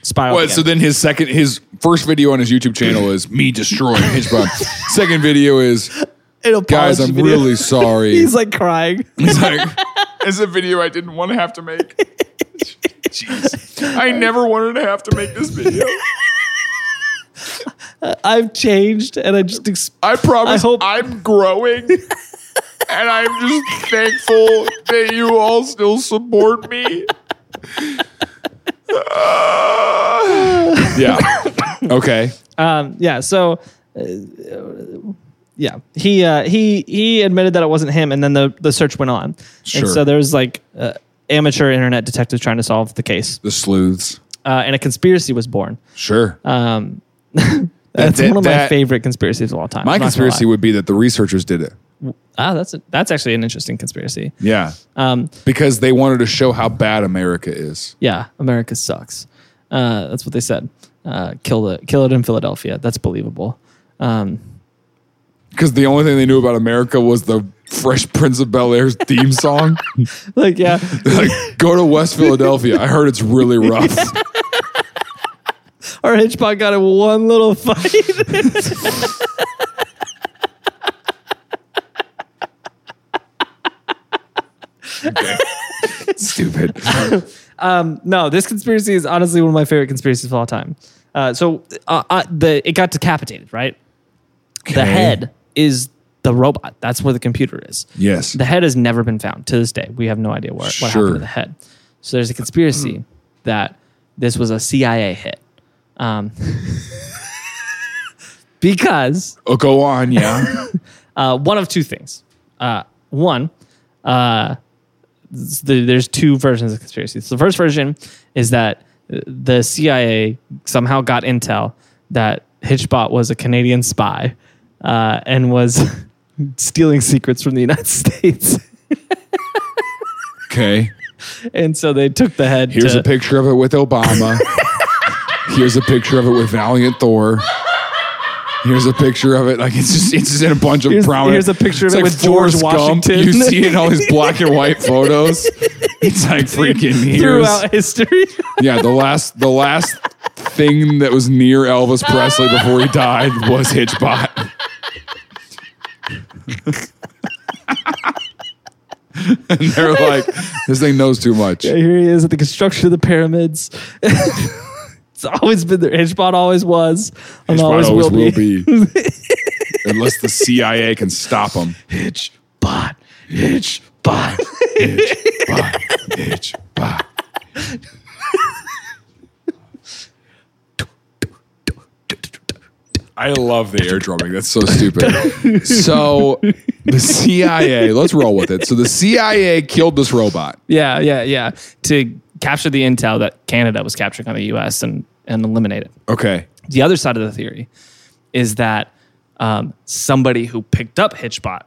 [SPEAKER 4] spiraled.
[SPEAKER 2] Well, so
[SPEAKER 4] again.
[SPEAKER 2] then his second, his first video on his YouTube channel is me destroying
[SPEAKER 4] [LAUGHS]
[SPEAKER 2] Hitchbot. second video is
[SPEAKER 4] An
[SPEAKER 2] guys,
[SPEAKER 4] apology
[SPEAKER 2] I'm
[SPEAKER 4] video.
[SPEAKER 2] really sorry.
[SPEAKER 4] [LAUGHS] He's like
[SPEAKER 2] [LAUGHS]
[SPEAKER 4] crying.
[SPEAKER 2] It's like, it's a video I didn't want to have to
[SPEAKER 4] [LAUGHS]
[SPEAKER 2] make. Jeez. I never wanted to have to make this video.
[SPEAKER 4] I've changed, and I just ex-
[SPEAKER 2] I promise
[SPEAKER 4] I hope-
[SPEAKER 2] I'm growing. and I'm just thankful that you all still support
[SPEAKER 4] [LAUGHS]
[SPEAKER 2] me. Ah. yeah. Okay.
[SPEAKER 4] um, yeah. So uh, yeah, he uh, he he admitted that it wasn't him, and then the the search went on.
[SPEAKER 2] Sure.
[SPEAKER 4] And so there was like uh, amateur internet detectives trying to solve the case,
[SPEAKER 2] The sleuths.
[SPEAKER 4] uh, and a conspiracy was born.
[SPEAKER 2] Sure.
[SPEAKER 4] Um, [LAUGHS]
[SPEAKER 2] That-
[SPEAKER 4] that's
[SPEAKER 2] that-
[SPEAKER 4] one of my
[SPEAKER 2] that-
[SPEAKER 4] favorite conspiracies of all time.
[SPEAKER 2] My
[SPEAKER 4] I'm not gonna
[SPEAKER 2] conspiracy
[SPEAKER 4] lie.
[SPEAKER 2] would be that the researchers did it.
[SPEAKER 4] ah, that's a, that's actually an interesting conspiracy.
[SPEAKER 2] Yeah.
[SPEAKER 4] Um,
[SPEAKER 2] because they wanted to show how bad America is.
[SPEAKER 4] Yeah, America sucks. Uh, that's what they said. Uh, kill it, kill it in Philadelphia. That's believable. Um,
[SPEAKER 2] Because the only thing they knew about America was the Fresh Prince of Bel Air's theme song. [LAUGHS]
[SPEAKER 4] like yeah, [LAUGHS]
[SPEAKER 2] like, go to West Philadelphia. I heard it's really
[SPEAKER 4] [LAUGHS]
[SPEAKER 2] rough.
[SPEAKER 4] [LAUGHS] our Hitchcock got in one little fight.
[SPEAKER 2] Stupid.
[SPEAKER 4] No, this conspiracy is honestly one of my favorite conspiracies of all time. Uh, so uh, uh, the it got decapitated, right? The
[SPEAKER 2] Okay.
[SPEAKER 4] head is the robot. That's where the computer is.
[SPEAKER 2] Yes.
[SPEAKER 4] The head has never been found to this day. We have no idea what, what
[SPEAKER 2] Sure. Hmm.
[SPEAKER 4] happened to the head. So there's a conspiracy that this was a CIA hit. Um, [LAUGHS] because
[SPEAKER 2] oh, go on. Yeah.
[SPEAKER 4] uh, one of two things. Uh, one, uh, th- there's two versions of conspiracies. The first version is that uh, the CIA somehow got intel that Hitchbot was a Canadian spy uh, and was [LAUGHS] stealing secrets from the United [LAUGHS] States.
[SPEAKER 2] Okay.
[SPEAKER 4] and so they took the head.
[SPEAKER 2] Here's
[SPEAKER 4] to,
[SPEAKER 2] a picture of it with Obama. Here's a picture of it with Valiant Thor. Here's a picture of it. Like it's just it's just in a bunch of
[SPEAKER 4] Here's-
[SPEAKER 2] prominent.
[SPEAKER 4] here's a picture of
[SPEAKER 2] it's
[SPEAKER 4] it
[SPEAKER 2] like
[SPEAKER 4] with George
[SPEAKER 2] Forrest
[SPEAKER 4] Washington.
[SPEAKER 2] You see it in all these black and
[SPEAKER 4] [LAUGHS]
[SPEAKER 2] white photos. It's like freaking here's
[SPEAKER 4] Throughout history,
[SPEAKER 2] yeah the last the last thing that was near Elvis Presley before he died was Hitchbot. [LAUGHS] and they're like, this thing knows too much.
[SPEAKER 4] [LAUGHS] here he is at the construction of the pyramids. [LAUGHS] it's always been there. Hitchbot always was, and
[SPEAKER 2] Hitchbot
[SPEAKER 4] always, will, be.
[SPEAKER 2] unless the CIA can stop him. Hitch,
[SPEAKER 4] Bot,
[SPEAKER 2] hitch, bot, hitch, bot, hitch, bot. I love the air drumming. That's so stupid. So the CIA, let's roll with it. So the CIA killed this robot.
[SPEAKER 4] Yeah, yeah, yeah. To capture the intel that Canada was capturing on the U.S. and and eliminate it.
[SPEAKER 2] Okay.
[SPEAKER 4] The other side of the theory is that um, somebody who picked up Hitchbot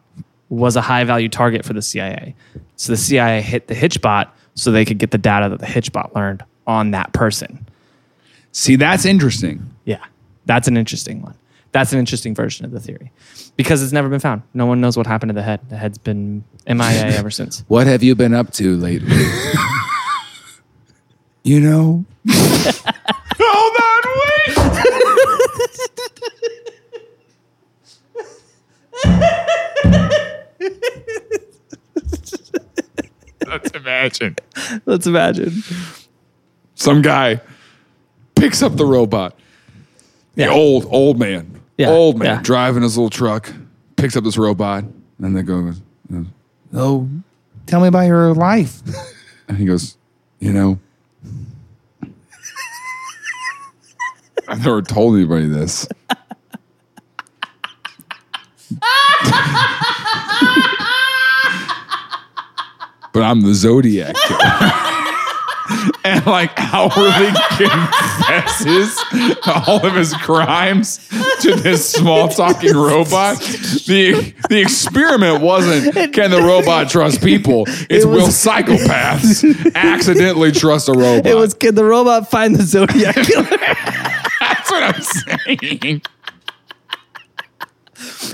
[SPEAKER 4] was a high value target for the CIA. So the CIA hit the Hitchbot so they could get the data that the Hitchbot learned on that person.
[SPEAKER 2] See, that's interesting.
[SPEAKER 4] Yeah, that's an interesting one. That's an interesting version of the theory because it's never been found. No one knows what happened to the head. The head's been MIA ever since.
[SPEAKER 2] What have you been up to lately? [LAUGHS] you know. [LAUGHS] Hold on, wait. Let's imagine
[SPEAKER 4] [LAUGHS] Let's imagine.
[SPEAKER 2] some guy picks up the robot. The
[SPEAKER 4] Yeah.
[SPEAKER 2] old old man,
[SPEAKER 4] Yeah,
[SPEAKER 2] old man
[SPEAKER 4] yeah.
[SPEAKER 2] driving his little truck, picks up this robot, and they go, "Oh, tell me about your life." [LAUGHS] and he goes, "You know, [LAUGHS] I've never told anybody this." [LAUGHS] but I'm the Zodiac killer. [LAUGHS] and like outwardly confesses all of his crimes to this small talking robot. The the experiment wasn't can the robot trust people? It's
[SPEAKER 4] It was-
[SPEAKER 2] will psychopaths accidentally trust a robot.
[SPEAKER 4] It was can the robot find the [LAUGHS] Zodiac killer?
[SPEAKER 2] That's what I'm saying.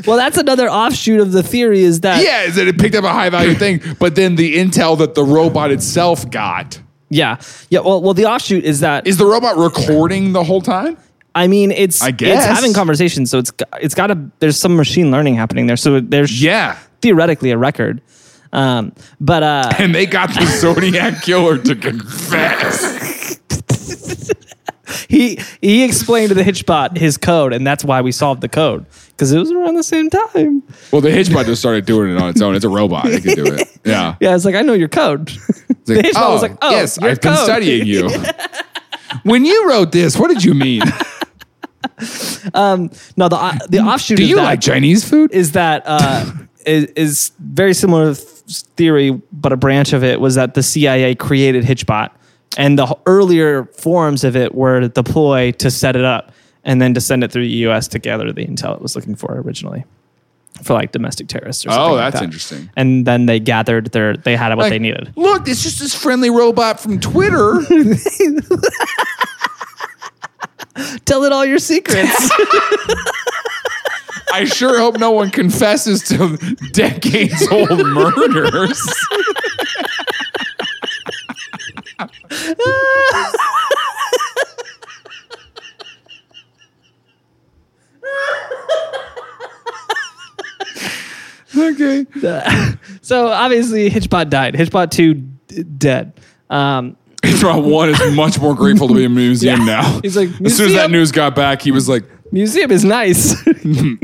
[SPEAKER 4] Well, that's another offshoot of the theory is that
[SPEAKER 2] Yeah, is that it picked up a high [LAUGHS] value thing, but then the intel that the robot itself got.
[SPEAKER 4] yeah, yeah. Well, well, the offshoot is that
[SPEAKER 2] Is the robot recording the whole time?
[SPEAKER 4] I mean, it's
[SPEAKER 2] I guess.
[SPEAKER 4] it's having conversations, so it's g- it's got to there's some machine learning happening there, so there's
[SPEAKER 2] Yeah.
[SPEAKER 4] theoretically a record, um,
[SPEAKER 2] [LAUGHS]
[SPEAKER 4] but uh,
[SPEAKER 2] And they got the Zodiac killer to confess.
[SPEAKER 4] he he explained to the Hitchbot his code, and that's why we solved the code because it was around the same time.
[SPEAKER 2] Well, the Hitchbot just started doing it on its own. It's a robot. It can do it. Yeah.
[SPEAKER 4] Yeah, it's like I know your code. [LAUGHS]
[SPEAKER 2] It's like,
[SPEAKER 4] The Hitchbot was like, "Oh,
[SPEAKER 2] yes,
[SPEAKER 4] your
[SPEAKER 2] I've been
[SPEAKER 4] code."
[SPEAKER 2] studying [LAUGHS] you. when you wrote this, what did you [LAUGHS] mean?
[SPEAKER 4] no, the o- the offshoot.
[SPEAKER 2] Do
[SPEAKER 4] is
[SPEAKER 2] you
[SPEAKER 4] that-
[SPEAKER 2] like Chinese food?
[SPEAKER 4] is that
[SPEAKER 1] [LAUGHS]
[SPEAKER 4] uh, is, is very similar th- theory, but a branch of it was that the CIA created Hitchbot, and the h- earlier forms of it were to deploy to set it up and then to send it through the U.S. to gather the intel it was looking for originally for like domestic terrorists. or something like
[SPEAKER 2] Oh, that's
[SPEAKER 4] that.
[SPEAKER 2] interesting.
[SPEAKER 4] And then they gathered their they had what
[SPEAKER 2] Like,
[SPEAKER 4] they needed.
[SPEAKER 2] Look, it's just this friendly robot from [LAUGHS] Twitter.
[SPEAKER 4] Tell it all your [LAUGHS] secrets.
[SPEAKER 2] I sure hope no one confesses to decades old murders. okay.
[SPEAKER 4] So obviously, Hitchbot died. Hitchbot two d- dead. Um,
[SPEAKER 2] Hitchcock one is much more grateful to be in a museum now.
[SPEAKER 4] He's like,
[SPEAKER 2] as soon as that
[SPEAKER 4] "Museum?"
[SPEAKER 2] news got back, he was like,
[SPEAKER 4] museum is nice. [LAUGHS]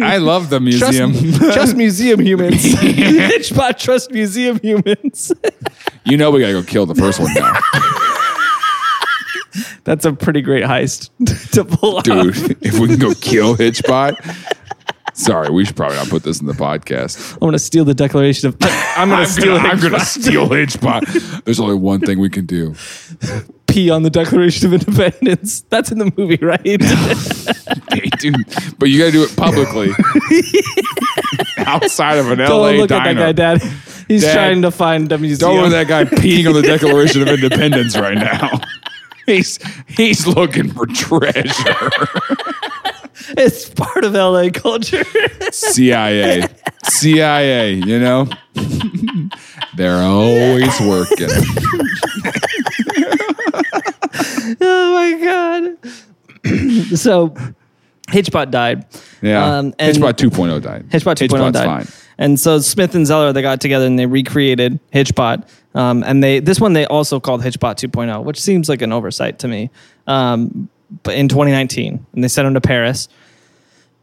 [SPEAKER 2] I love the
[SPEAKER 4] trust,
[SPEAKER 2] museum. [LAUGHS]
[SPEAKER 4] trust museum humans. Hitchbot trust museum humans. [LAUGHS]
[SPEAKER 2] you know, we gotta go kill the first one now,
[SPEAKER 4] That's a pretty great heist [LAUGHS] to pull off.
[SPEAKER 2] dude. [LAUGHS] If we can go kill Hitchbot. Sorry, we should probably not put this in the podcast.
[SPEAKER 4] I'm gonna steal the Declaration of.
[SPEAKER 2] [LAUGHS]
[SPEAKER 4] I'm gonna
[SPEAKER 2] I'm
[SPEAKER 4] steal.
[SPEAKER 2] gonna, I'm
[SPEAKER 4] Hitchbot.
[SPEAKER 2] gonna steal Hitchbot. There's only one thing we can do.
[SPEAKER 4] pee on the Declaration of Independence. [LAUGHS] That's in the movie,
[SPEAKER 2] [LAUGHS]
[SPEAKER 4] right?
[SPEAKER 2] Hey, dude, but you gotta do it
[SPEAKER 4] [LAUGHS]
[SPEAKER 2] publicly. Outside of an
[SPEAKER 4] Don't
[SPEAKER 2] LA
[SPEAKER 4] look at that
[SPEAKER 2] diner.
[SPEAKER 4] guy, Dad. He's
[SPEAKER 2] Dad,
[SPEAKER 4] trying to find a museum.
[SPEAKER 2] Don't look at that guy peeing on the Declaration of Independence right now. [LAUGHS] He's he's looking for treasure.
[SPEAKER 4] It's part of LA culture. [LAUGHS]
[SPEAKER 2] CIA. CIA, you know? [LAUGHS] They're always working.
[SPEAKER 4] oh my god. [CLEARS THROAT] so, Hitchbot died.
[SPEAKER 2] Yeah.
[SPEAKER 4] Um, and-
[SPEAKER 2] Hitchbot 2.0 died.
[SPEAKER 4] Hitchbot 2.0
[SPEAKER 2] Hitchbot's fine.
[SPEAKER 4] died. And so Smith and Zeller they got together and they recreated Hitchbot. Um, and they this one they also called Hitchbot 2.0, which seems like an oversight to me. Um, but in 2019, and they sent him to Paris,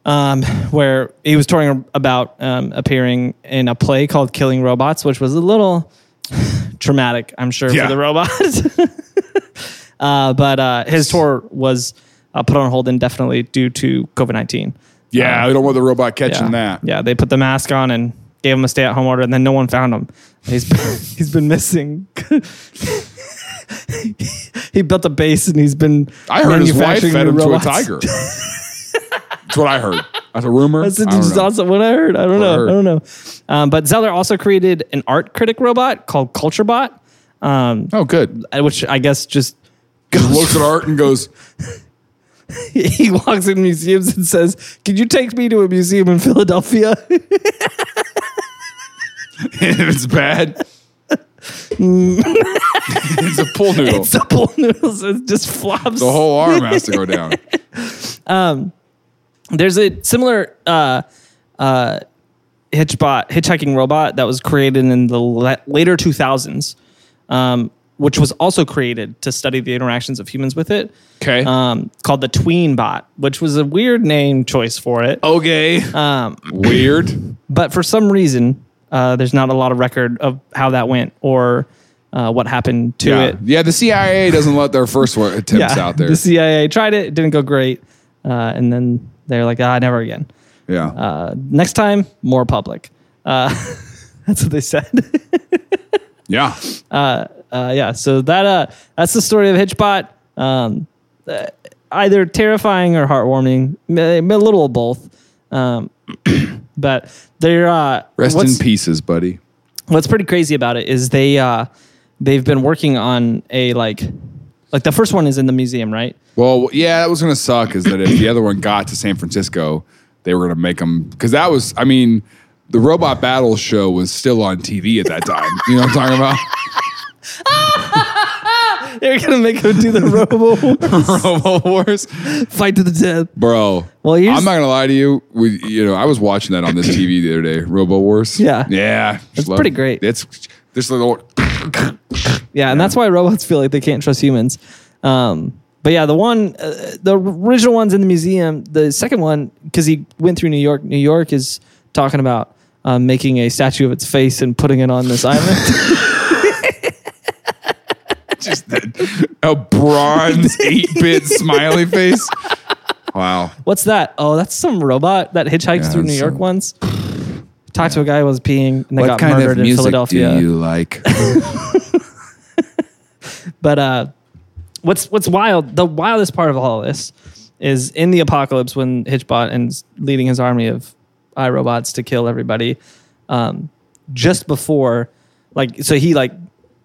[SPEAKER 4] um, where he was touring about um, appearing in a play called Killing Robots, which was a little [SIGHS] traumatic, I'm sure,
[SPEAKER 2] Yeah.
[SPEAKER 4] for the robot. [LAUGHS] uh, but uh, his tour was uh, put on hold indefinitely due to COVID 19.
[SPEAKER 2] Yeah, we don't want the robot catching
[SPEAKER 4] Yeah.
[SPEAKER 2] that.
[SPEAKER 4] Yeah, they put the mask on and gave him a stay at home order, and then no one found him. He's he's been [LAUGHS] missing. [LAUGHS] he built a base and he's been.
[SPEAKER 2] I heard his wife
[SPEAKER 4] manufacturing
[SPEAKER 2] fed
[SPEAKER 4] new
[SPEAKER 2] him
[SPEAKER 4] robots.
[SPEAKER 2] to a tiger.
[SPEAKER 4] [LAUGHS]
[SPEAKER 2] That's what I heard. That's a rumor.
[SPEAKER 4] That's
[SPEAKER 2] I don't
[SPEAKER 4] just
[SPEAKER 2] know.
[SPEAKER 4] also what I heard. I don't
[SPEAKER 2] What I
[SPEAKER 4] know.
[SPEAKER 2] heard.
[SPEAKER 4] I don't know. Um, but Zeller also created an art critic robot called CultureBot, um,
[SPEAKER 2] Oh, good.
[SPEAKER 4] which I guess just [LAUGHS]
[SPEAKER 2] Looks at art and goes, [LAUGHS]
[SPEAKER 4] he walks in museums and says, "Can you take me to a museum in Philadelphia?" [LAUGHS]
[SPEAKER 2] if it's bad, [LAUGHS] it's a pool noodle.
[SPEAKER 4] it's a bowl of noodles. It just flops.
[SPEAKER 2] the whole arm has
[SPEAKER 4] [LAUGHS]
[SPEAKER 2] to go down.
[SPEAKER 4] There's a similar uh, uh, hitchbot hitchhiking robot that was created in the la- later 2000s, um, which was also created to study the interactions of humans with it.
[SPEAKER 2] Okay.
[SPEAKER 4] Um, called the Tweenbot, which was a weird name choice for it.
[SPEAKER 2] okay. Um, Weird.
[SPEAKER 4] But for some reason, uh, there's not a lot of record of how that went or uh, what happened to
[SPEAKER 2] Yeah.
[SPEAKER 4] it.
[SPEAKER 2] yeah, the CIA doesn't let their first wa- attempts out there.
[SPEAKER 4] [LAUGHS] The CIA tried it, it didn't go great. Uh, and then they're like, ah, never again.
[SPEAKER 2] yeah.
[SPEAKER 4] Uh, next time, more public. Uh, [LAUGHS] that's what they said. [LAUGHS]
[SPEAKER 2] yeah.
[SPEAKER 4] uh, yeah, so that uh, that's the story of Hitchbot. Um, uh, either terrifying or heartwarming, m- a little of both. Um, [CLEARS THROAT] but they're uh,
[SPEAKER 2] Rest
[SPEAKER 4] what's-
[SPEAKER 2] in pieces, buddy.
[SPEAKER 4] what's pretty crazy about it is they uh they've been working on a like like the first one is in the museum right
[SPEAKER 2] Well, yeah, that was going to suck is that if the other one got to San Francisco, they were going to make them because that was, I mean, the Robot Battle show was still on TV at that time. You know what I'm talking about?
[SPEAKER 4] [LAUGHS] they're gonna make him do the [LAUGHS] robo
[SPEAKER 2] [LAUGHS] Robo Wars,
[SPEAKER 4] fight to the death
[SPEAKER 2] bro.
[SPEAKER 4] Well, here's-
[SPEAKER 2] I'm not going to lie to you. We, you know, I was watching that on this TV the other day. Robo Wars.
[SPEAKER 4] Yeah.
[SPEAKER 2] yeah, it's
[SPEAKER 4] pretty great.
[SPEAKER 2] It's this little. [LAUGHS]
[SPEAKER 4] yeah and that's why robots feel like they can't trust humans um but yeah the one uh, the original one's in the museum the second one because he went through new york new york is talking about um, making a statue of its face and putting it
[SPEAKER 2] [LAUGHS]
[SPEAKER 4] on this island
[SPEAKER 2] a
[SPEAKER 4] [LAUGHS]
[SPEAKER 2] bronze eight bit smiley face. Wow.
[SPEAKER 4] what's that oh that's some robot that hitchhikes
[SPEAKER 2] Yeah,
[SPEAKER 4] through new
[SPEAKER 2] that's
[SPEAKER 4] york
[SPEAKER 2] some-
[SPEAKER 4] once talked to a guy who was peeing and they got murdered in philadelphia
[SPEAKER 2] like?
[SPEAKER 4] But uh, what's what's wild? The wildest part of all this is in the apocalypse when Hitchbot and s- leading his army of iRobots to kill everybody. Um, just before, like, so he like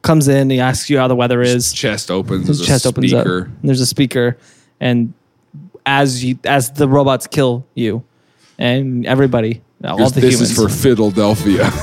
[SPEAKER 4] comes in. He asks you how the weather is.
[SPEAKER 2] chest opens.
[SPEAKER 4] His
[SPEAKER 2] there's a
[SPEAKER 4] chest opens
[SPEAKER 2] speaker.
[SPEAKER 4] up. and There's a speaker, and as you as the robots kill you and everybody, all
[SPEAKER 2] This,
[SPEAKER 4] the
[SPEAKER 2] this
[SPEAKER 4] humans.
[SPEAKER 2] is for Philadelphia. [LAUGHS]